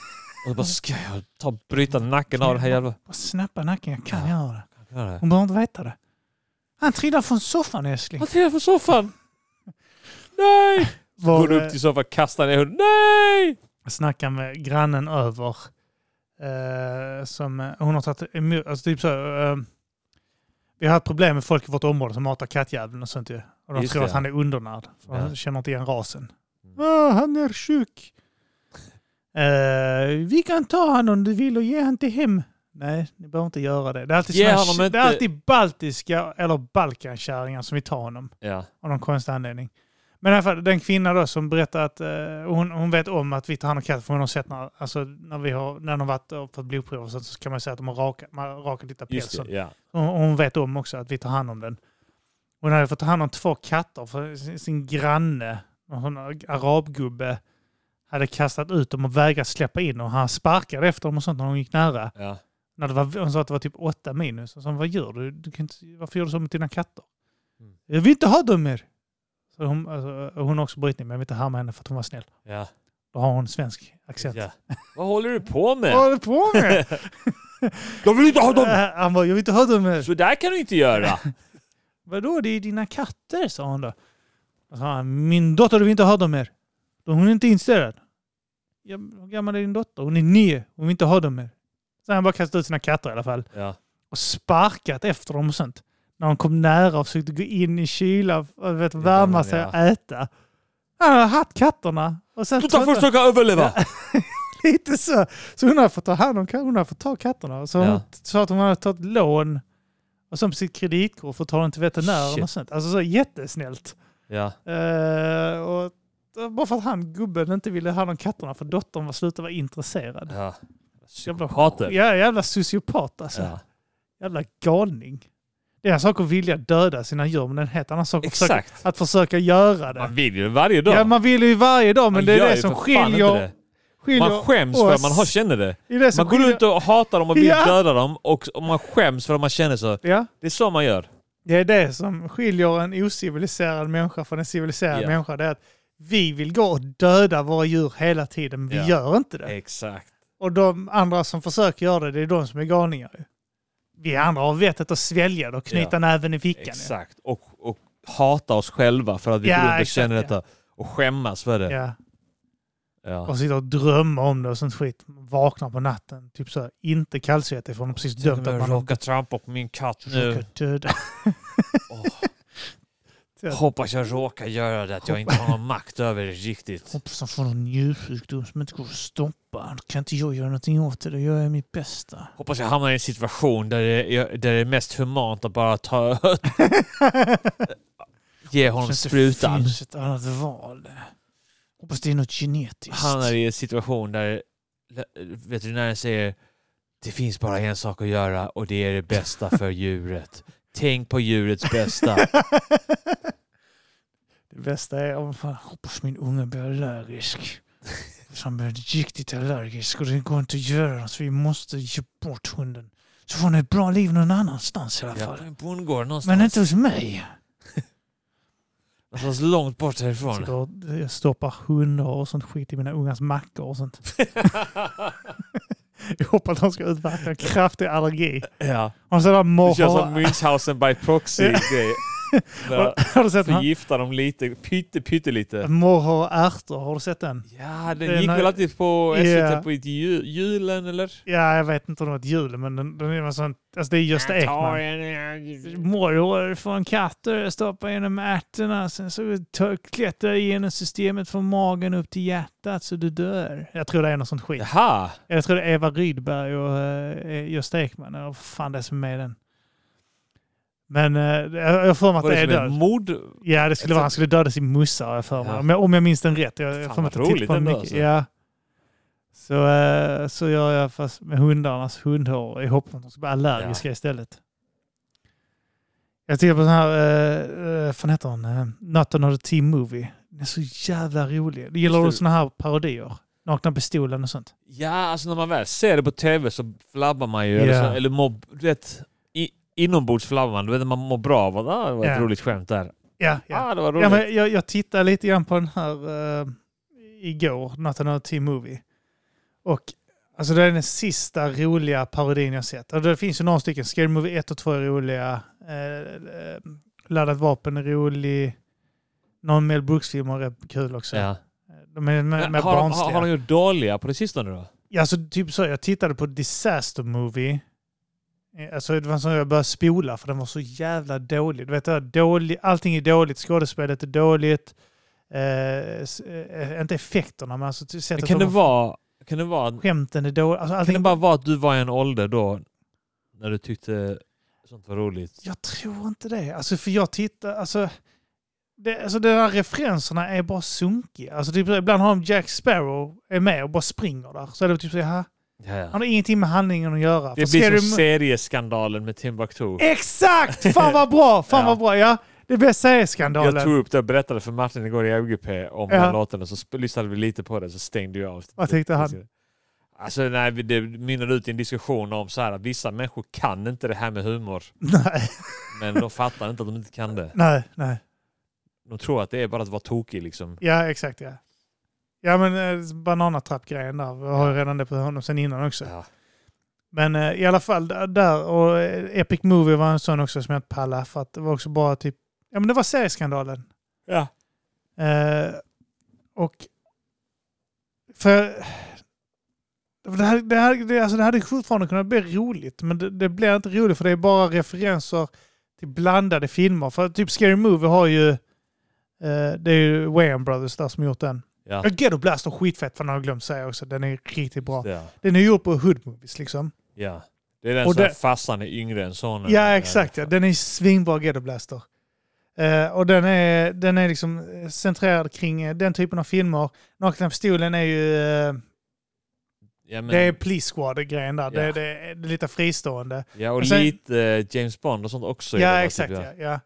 S1: så bara, ska jag ta och bryta nacken av den här jävla...
S2: Bara snappa nacken, jag kan göra det.
S1: Vad är det?
S2: Hon behöver inte veta det. Han trillar från soffan älskling.
S1: Han trillar från soffan! Nej!
S2: Var,
S1: Går du upp
S2: eh,
S1: till soffan, kastar ner hunden. Nej!
S2: snackar med grannen över. Eh, som, eh, hon har tagit emot, alltså typ så, eh, vi har haft problem med folk i vårt område som matar kattjäveln och sånt ju. Och de
S1: Just
S2: tror
S1: det,
S2: att
S1: ja.
S2: han är undernärd. För
S1: Ja.
S2: Han känner inte igen rasen.
S1: Mm.
S2: Ah, han är sjuk. Eh, vi kan ta han om du vill och ge han till hem. Nej, ni behöver inte göra det. Det är alltid,
S1: Ge
S2: såna,
S1: honom
S2: det är
S1: inte-
S2: alltid baltiska eller balkankärringar som vill ta honom
S1: Ja.
S2: av någon konstig anledning. Men i alla fall, den kvinna då som berättar att eh, hon, hon vet om att vi tar hand om katter för hon har sett när, alltså, när, vi har, när de har varit och fått blodprov och sånt så kan man säga att de har rakat, man har rakat lite
S1: Just
S2: päls.
S1: det, ja.
S2: Hon, hon vet om också att vi tar hand om den. Hon hade fått ta hand om två katter för sin, sin granne, en arabgubbe, hade kastat ut dem och vägrat släppa in och han sparkade efter dem och sånt när hon gick nära.
S1: ja.
S2: När det var, hon sa att det var typ åtta minus. Och så vad gör du? du kan inte, varför gör du så med dina katter?
S1: Mm.
S2: Jag vill inte ha dem mer. Så hon, alltså, hon har också brytning, men jag vill inte härma henne för att hon var snäll.
S1: ja.
S2: Då har hon svensk accent.
S1: ja. Vad håller du på med?
S2: Vad håller du på med?
S1: Jag vill inte ha
S2: Äh, Han bara, jag vill inte ha dem mer.
S1: Så där kan du inte göra!
S2: Vadå, det är dina katter, sa hon då. Och så sa han, min dotter vill inte ha dem mer. Då hon är inte inställd. Ja, men hur gammal är din dotter? Hon är nio. Hon vill inte ha dem mer. Så han bara kastade ut sina katter i alla fall.
S1: Ja.
S2: och sparkat efter dem och sånt. När han kom nära och försökte gå in i kylan och vet,
S1: men,
S2: värma sig och
S1: ja.
S2: äta. Han hade haft katterna. Och sen
S1: Du tar först försöka överleva!
S2: lite så. Så hon har fått ta hand om ka- hon har fått ta katterna. Så hon
S1: Ja.
S2: sa att hon hade tagit lån och sen på sitt kreditkort för att ta dem till veterinären
S1: Shit.
S2: och sånt. Alltså så jättesnällt.
S1: Ja.
S2: Eh, och bara för att han, gubben, inte ville ha hand om katterna för dottern var slutade vara intresserad.
S1: ja.
S2: Jävla,
S1: Psykopater.
S2: ja, jävla sociopat alltså.
S1: Ja.
S2: Jävla galning. Det är en sak att vilja döda sina djur, men det är en helt annan sak att försöka,
S1: Exakt.
S2: att försöka göra det.
S1: Man vill ju varje dag.
S2: ja, man vill ju varje dag, men
S1: Man
S2: det
S1: gör
S2: är det
S1: ju
S2: som
S1: för fan inte
S2: skiljer,
S1: det.
S2: skiljer
S1: Man skäms för att
S2: oss.
S1: man har, känner det.
S2: Det är det som
S1: Man går
S2: skiljer-
S1: runt och hatar dem och vill
S2: Ja.
S1: döda dem och, och man skäms för att man känner så.
S2: Ja,
S1: Det är så man gör.
S2: det är det som skiljer en ociviliserad människa från en civiliserad
S1: Ja.
S2: människa. Det är att vi vill gå och döda våra djur hela tiden, men vi
S1: Ja.
S2: gör inte det.
S1: Exakt.
S2: Och de andra som försöker göra det, det är de som är galningar. ju. Vi andra har vettet att svälja det och knyta
S1: Ja.
S2: näven i fickan. ju.
S1: Exakt. Och, och hata oss själva för att vi
S2: Ja,
S1: går runt och
S2: exakt,
S1: känner
S2: ja.
S1: detta. Och skämmas för det.
S2: Ja.
S1: Ja.
S2: och sitter och drömmer om det och sånt skit. Vaknar på natten, typ så här, inte kallsvettig för hon har precis
S1: Tänk om
S2: dömt att
S1: jag
S2: man
S1: råkar trampa på min katt nu.
S2: råkat döda.
S1: Hoppas jag råkar göra det, att jag inte har någon makt över det riktigt.
S2: Kompis som får någon njursjukdom som inte går att stoppa. Då kan inte jag göra någonting åt det, då gör jag mitt bästa.
S1: Hoppas jag hamnar i en situation där det är, där det är mest humant att bara ta ge honom
S2: Kanske
S1: sprutan.
S2: Det finns ett annat val. Hoppas det är något genetiskt.
S1: Han är i en situation där veterinären säger det finns bara en sak att göra och det är det bästa för djuret. Tänk på djurets bästa.
S2: Det bästa är om fan, hoppas min unge blir allergisk. Så han blir riktigt allergisk och det går inte att göra något så vi måste ge bort hunden. Så får han ett bra liv någon annanstans i alla
S1: Ja,
S2: fall.
S1: bondgård någonstans.
S2: Men inte hos mig.
S1: någonstans långt bort härifrån.
S2: Sitter och eh, stoppar hundar och sånt skit i mina ungars mackor och sånt. Jag hoppas att de ska utverka en kraftig allergi.
S1: ja.
S2: Har du sett han
S1: Det känns som
S2: morrar?
S1: Münchhausen by proxy-grej. Där
S2: Har du sett han
S1: Förgiftar dem lite, pytte, pyttelite.
S2: morrar och ärtor? Har du sett den?
S1: Ja, den
S2: Den
S1: gick
S2: här-
S1: väl alltid på SVT
S2: Ja.
S1: på ju- julen eller?
S2: Ja, jag vet inte om det var ett djur, men den, den är en sån... Alltså det är Gösta Ekman. Morrhår från katter stoppar genom ärtorna. Sen så tar- klättrar det genom systemet från magen upp till hjärtat så du dör. Jag tror det är något sånt skit.
S1: Jaha!
S2: Jag tror det eh, är Eva Rydberg och eh, Gösta Ekman. Eller vad fan det är som är med i den. Men eh, jag jag har för mig att
S1: Var
S2: det är
S1: det som ett
S2: död.
S1: mord?
S2: Ja, det skulle vara. Han skulle döda sin mussa har jag för mig.
S1: Ja.
S2: Om, jag, om jag minns den rätt. Jag, jag
S1: Fan,
S2: får mig
S1: vad
S2: att titta
S1: roligt
S2: på den
S1: ändå,
S2: mycket.
S1: alltså.
S2: Ja. Så, eh, så gör jag fast med hundarnas hundhår i hopp om att de ska bli allergiska istället. Jag tittar på den här, eh, eh, fan heter hon? Eh, Not another team movie. Den är så jävla rolig. Gillar du
S1: det.
S2: sådana här parodier? Nakna pistolen och sånt.
S1: Ja, alltså när man väl ser det på tv så flabbar man ju. Eller,
S2: Ja.
S1: så, eller mår, du vet, i, inombords flabbar man. Du vet, man mår bra av att ah, det var ett
S2: Ja.
S1: roligt skämt där.
S2: Ja, ja.
S1: Ah, det var roligt.
S2: Ja, men jag, jag tittade lite grann på den här eh, igår, Not Another Teen Movie. Och alltså det är den sista roliga parodin jag sett. Alltså, det finns ju några stycken, Scary Movie 1 och 2 är roliga. Eh, eh, Laddat vapen är rolig. Någon Mel Brooks-film är rätt kul också.
S1: Ja.
S2: De är med,
S1: Men
S2: med
S1: har, de,
S2: barnsliga.
S1: har, har de gjort dåliga på det sistone då?
S2: Ja, alltså, typ så, jag tittade på Disaster Movie. Eh, Alltså, det var så jag började spola för den var så jävla dålig. Du vet, det här, dålig allting är dåligt, skådespelet är dåligt. Eh, s- eh, inte effekterna, men alltså t-
S1: Men
S2: sättet
S1: kan, det
S2: de-
S1: vara, kan, det vara,
S2: skämten är dåliga. Alltså,
S1: kan
S2: allting,
S1: det bara vara att du var i en ålder då när du tyckte sånt var roligt?
S2: Jag tror inte det. Alltså, för jag tittar... Alltså, det, alltså, de här referenserna är bara sunkiga. Alltså, typ, ibland har de Jack Sparrow är med och bara springer där. Så är det typ så här,
S1: Ja, ja.
S2: han har ingenting med handlingen att göra.
S1: Det
S2: För
S1: blir
S2: Scary
S1: som
S2: Mo-
S1: serieskandalen med Timbuktu.
S2: Exakt! Fan vad bra! Fan
S1: Ja.
S2: vad bra! Ja, det blir
S1: Jag tog
S2: serieskandalen.
S1: upp det och berättade för Martin igår i MGP om
S2: Ja.
S1: den låten och så sp- lyssnade vi lite på det så stängde jag av.
S2: Vad tyckte han?
S1: Alltså nej, vi- det mynnade ut i en diskussion om så här att vissa människor kan inte det här med humor.
S2: Nej,
S1: Men de fattar inte att de inte kan det.
S2: nej, nej.
S1: De tror att det är bara att vara tokig liksom.
S2: Ja, exakt ja. Ja men eh, bananatrappgrejen där. Vi har ju redan det på honom sen innan också.
S1: Ja.
S2: Men eh, i alla fall där- där och eh, Epic Movie var en sån också som jag inte pallade för att det var också bara typ, ja men det var serieskandalen.
S1: Ja.
S2: Eh, och för det här, det, här, det, alltså det hade fortfarande kunnat bli roligt, men det, det blir inte roligt för det är bara referenser till blandade filmer. För typ Scary Movie har ju, eh, det är ju Wayans Brothers där som gjort den.
S1: Ja.
S2: Ja. Ghetto Blast är skitfett för den har jag glömt säga också. Den är riktigt bra.
S1: Ja.
S2: Den är gjord på Hood Movies liksom.
S1: ja. Det är den
S2: Och
S1: som
S2: det-
S1: farsan är yngre än sonen.
S2: Ja, exakt. Ja.
S1: liksom.
S2: Den är svinbra Ghetto Blaster. Eh, och den är, den är liksom eh, centrerad kring eh, den typen av filmer. Nakna pistolen är ju... eh,
S1: Ja, men,
S2: det är Police Squad-grejen där. Det,
S1: Ja.
S2: det, är- det är lite fristående.
S1: ja och
S2: men sen-
S1: lite eh, James Bond och sånt också. i det,
S2: ja,
S1: va,
S2: exakt.
S1: typ,
S2: ja. Ja.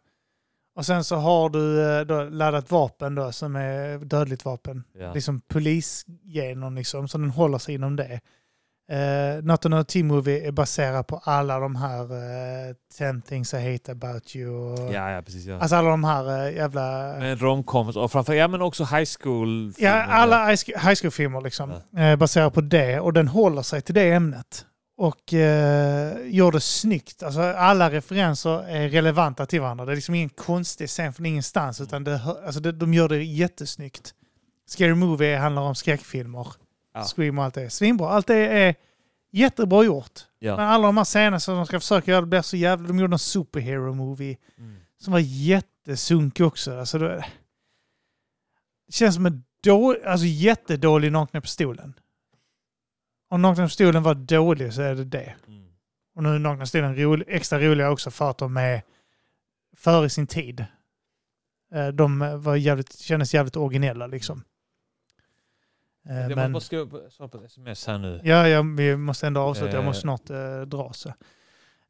S2: Och sen så har du eh, då, laddat vapen då som är dödligt vapen.
S1: Ja.
S2: Liksom polisgenon liksom, så den håller sig inom det. Uh, Not Another Teen Movie är baserad på alla de här uh, 10 things I hate about you och
S1: Ja, ja, precis. Ja.
S2: Alltså alla de här eh, jävla...
S1: Men romcoms och framför, ja men också high school.
S2: ja, alla high sc- high school-filmer liksom. Eh, baserat på det. Och den håller sig till det ämnet. Och eh, gör det snyggt. Alltså alla referenser är relevanta till varandra. Det är liksom ingen konstig scen från ingenstans.
S1: Mm.
S2: Utan det, hör- alltså det, de gör det jättesnyggt. Scary Movie handlar om skräckfilmer.
S1: Ja.
S2: Scream och allt det. Svinbra. Allt det är jättebra gjort.
S1: Ja.
S2: Men alla de här scenerna som de ska försöka göra, det blir så jävla... De gjorde en superhero-movie
S1: Mm.
S2: som var jättesunkig också. Alltså, det det känns som en då, alltså, jättedålig Nakna pistolen. Om Nakna pistolen var dålig så är det det.
S1: Mm.
S2: Och nu är Nakna pistolen rolig, extra roliga också för att de är före sin tid. Eh, De var jävligt, kändes jävligt originella liksom. Eh,
S1: Jag måste
S2: men-
S1: bara skriva på, svara på ett sms här nu.
S2: Ja, ja, vi måste ändå avsluta. Jag måste
S1: Eh.
S2: snart eh, dra. Så.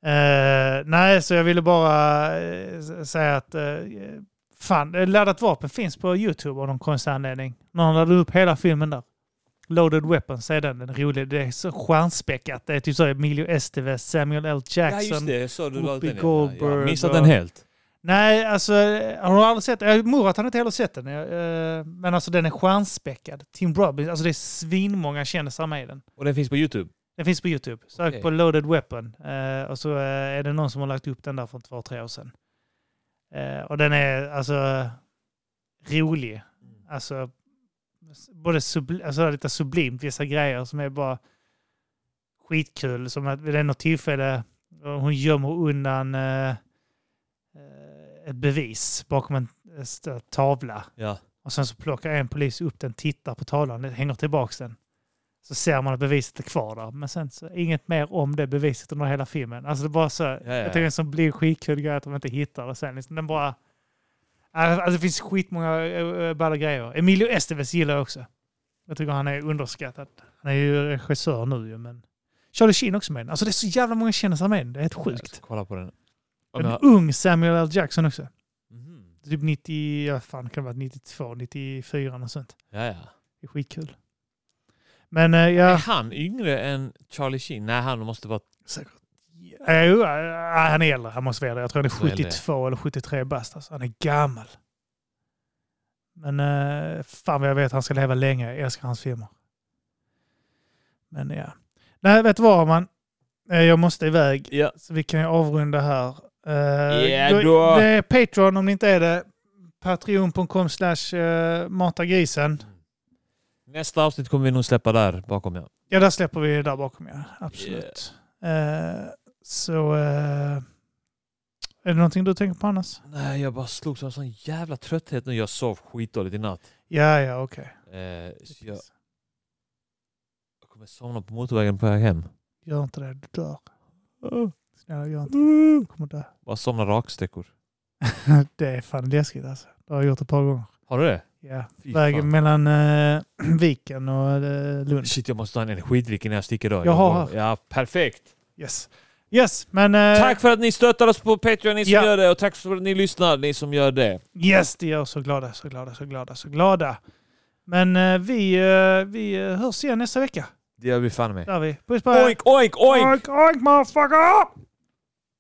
S2: Eh, nej, så jag ville bara eh, s- säga att eh, fan, eh, Laddat vapen finns på YouTube av någon konstig anledning. Någon laddade upp hela filmen där. Loaded Weapons är den, den är rolig. Det är så stjärnspäckat. Det är typ så Emilio Estevez, Samuel L.
S1: Ja
S2: Jackson.
S1: just det, jag såg du la ut
S2: Whoopi
S1: den. ja. Jag har
S2: Goldberg
S1: missat
S2: och-
S1: den helt.
S2: Nej, alltså eh, har du aldrig sett den? Jag mor att han inte heller sett den. Jag, eh, men alltså den är stjärnspäckad. Tim Robbins, alltså det är svinmånga kändisar med i den.
S1: Och den finns på Youtube.
S2: Den finns på YouTube. Sök
S1: Okej.
S2: på Loaded Weapon. Eh, och så eh, är det någon som har lagt upp den där för två, tre år sedan. Eh, och den är alltså eh, rolig. Alltså s- både subl- alltså, lite sublimt, vissa grejer som är bara skitkul. Som att vid något tillfälle eh, hon gömmer undan eh, eh, ett bevis bakom en eh, st- tavla.
S1: Ja.
S2: Och sen så plockar en polis upp den, tittar på tavlan, hänger tillbaks den. Så ser man att beviset är kvar där. Men sen så inget mer om det beviset under hela filmen. Alltså det är bara så.
S1: ja.
S2: Jag tänker en sån blir skitkul grej att de inte hittar det sen. Liksom, den bara... Alltså det finns skitmånga eh, balla grejer. Emilio Estevez gillar jag också. Jag tycker han är underskattad. Han är ju regissör nu ju, men... Charlie Sheen också med den. Alltså det är så jävla många kändisar med den. Det är helt
S1: Jag
S2: sjukt.
S1: ska kolla på den. Om
S2: En
S1: jag...
S2: ung Samuel L. Jackson också.
S1: Mhm.
S2: Typ 90, ja fan kan det vara 92, 94 och sånt.
S1: Ja, ja.
S2: Det är skitkul. Men eh,
S1: Är
S2: ja,
S1: han yngre än Charlie Sheen? Nej, han måste vara...
S2: säkert. Eh, jo, eh, han är äldre, han måste vara det. Jag tror han
S1: Så
S2: är
S1: äldre, ja.
S2: 72 eller 73 bast. Alltså. Han är gammal. Men eh, fan vad jag vet att han ska leva länge. Jag älskar hans filmer. Men ja. Nej, vet du vad man? Eh, jag måste iväg.
S1: Ja.
S2: Så vi kan ju avrunda här. Eh,
S1: Ja,
S2: gå-
S1: då.
S2: Det är Patreon om ni inte är det. Patreon.com slash eh, matagrisen.
S1: Nästa avsnitt kommer vi nog släppa där bakom ja.
S2: Ja, där släpper vi det där bakom ja. Absolut. Eh, så... eh, är det någonting du tänker på annars?
S1: Nej, jag bara slogs av en sån jävla trötthet nu. Jag sov skitdåligt i natt.
S2: Ja, ja, okej.
S1: Eh, så jag, jag kommer somna på motorvägen på väg hem.
S2: Gör inte det, du dör. Snälla, gör inte det.
S1: Mm.
S2: Du kommer dö.
S1: Bara somna raksträckor.
S2: det är fan läskigt alltså. Det har jag gjort ett par gånger.
S1: Har du det?
S2: Ja.
S1: Fy
S2: Vägen
S1: fan.
S2: mellan eh, Viken och eh, Lund.
S1: Shit, jag måste ha en energidryck innan jag sticker idag.
S2: Jag har här.
S1: Ja, perfekt.
S2: Yes. Yes, men... eh,
S1: Tack för att ni stöttar oss på Patreon, ni som
S2: Ja.
S1: gör det. Och tack för att ni lyssnar, ni som gör det.
S2: Yes, det gör oss så glada, så glada, så glada, så glada. Men eh, vi, eh, vi eh, hörs igen nästa vecka.
S1: Det gör vi fan med.
S2: Där vi. Puss på er.
S1: Oink, oink, oink!
S2: oink, oink motherfucker!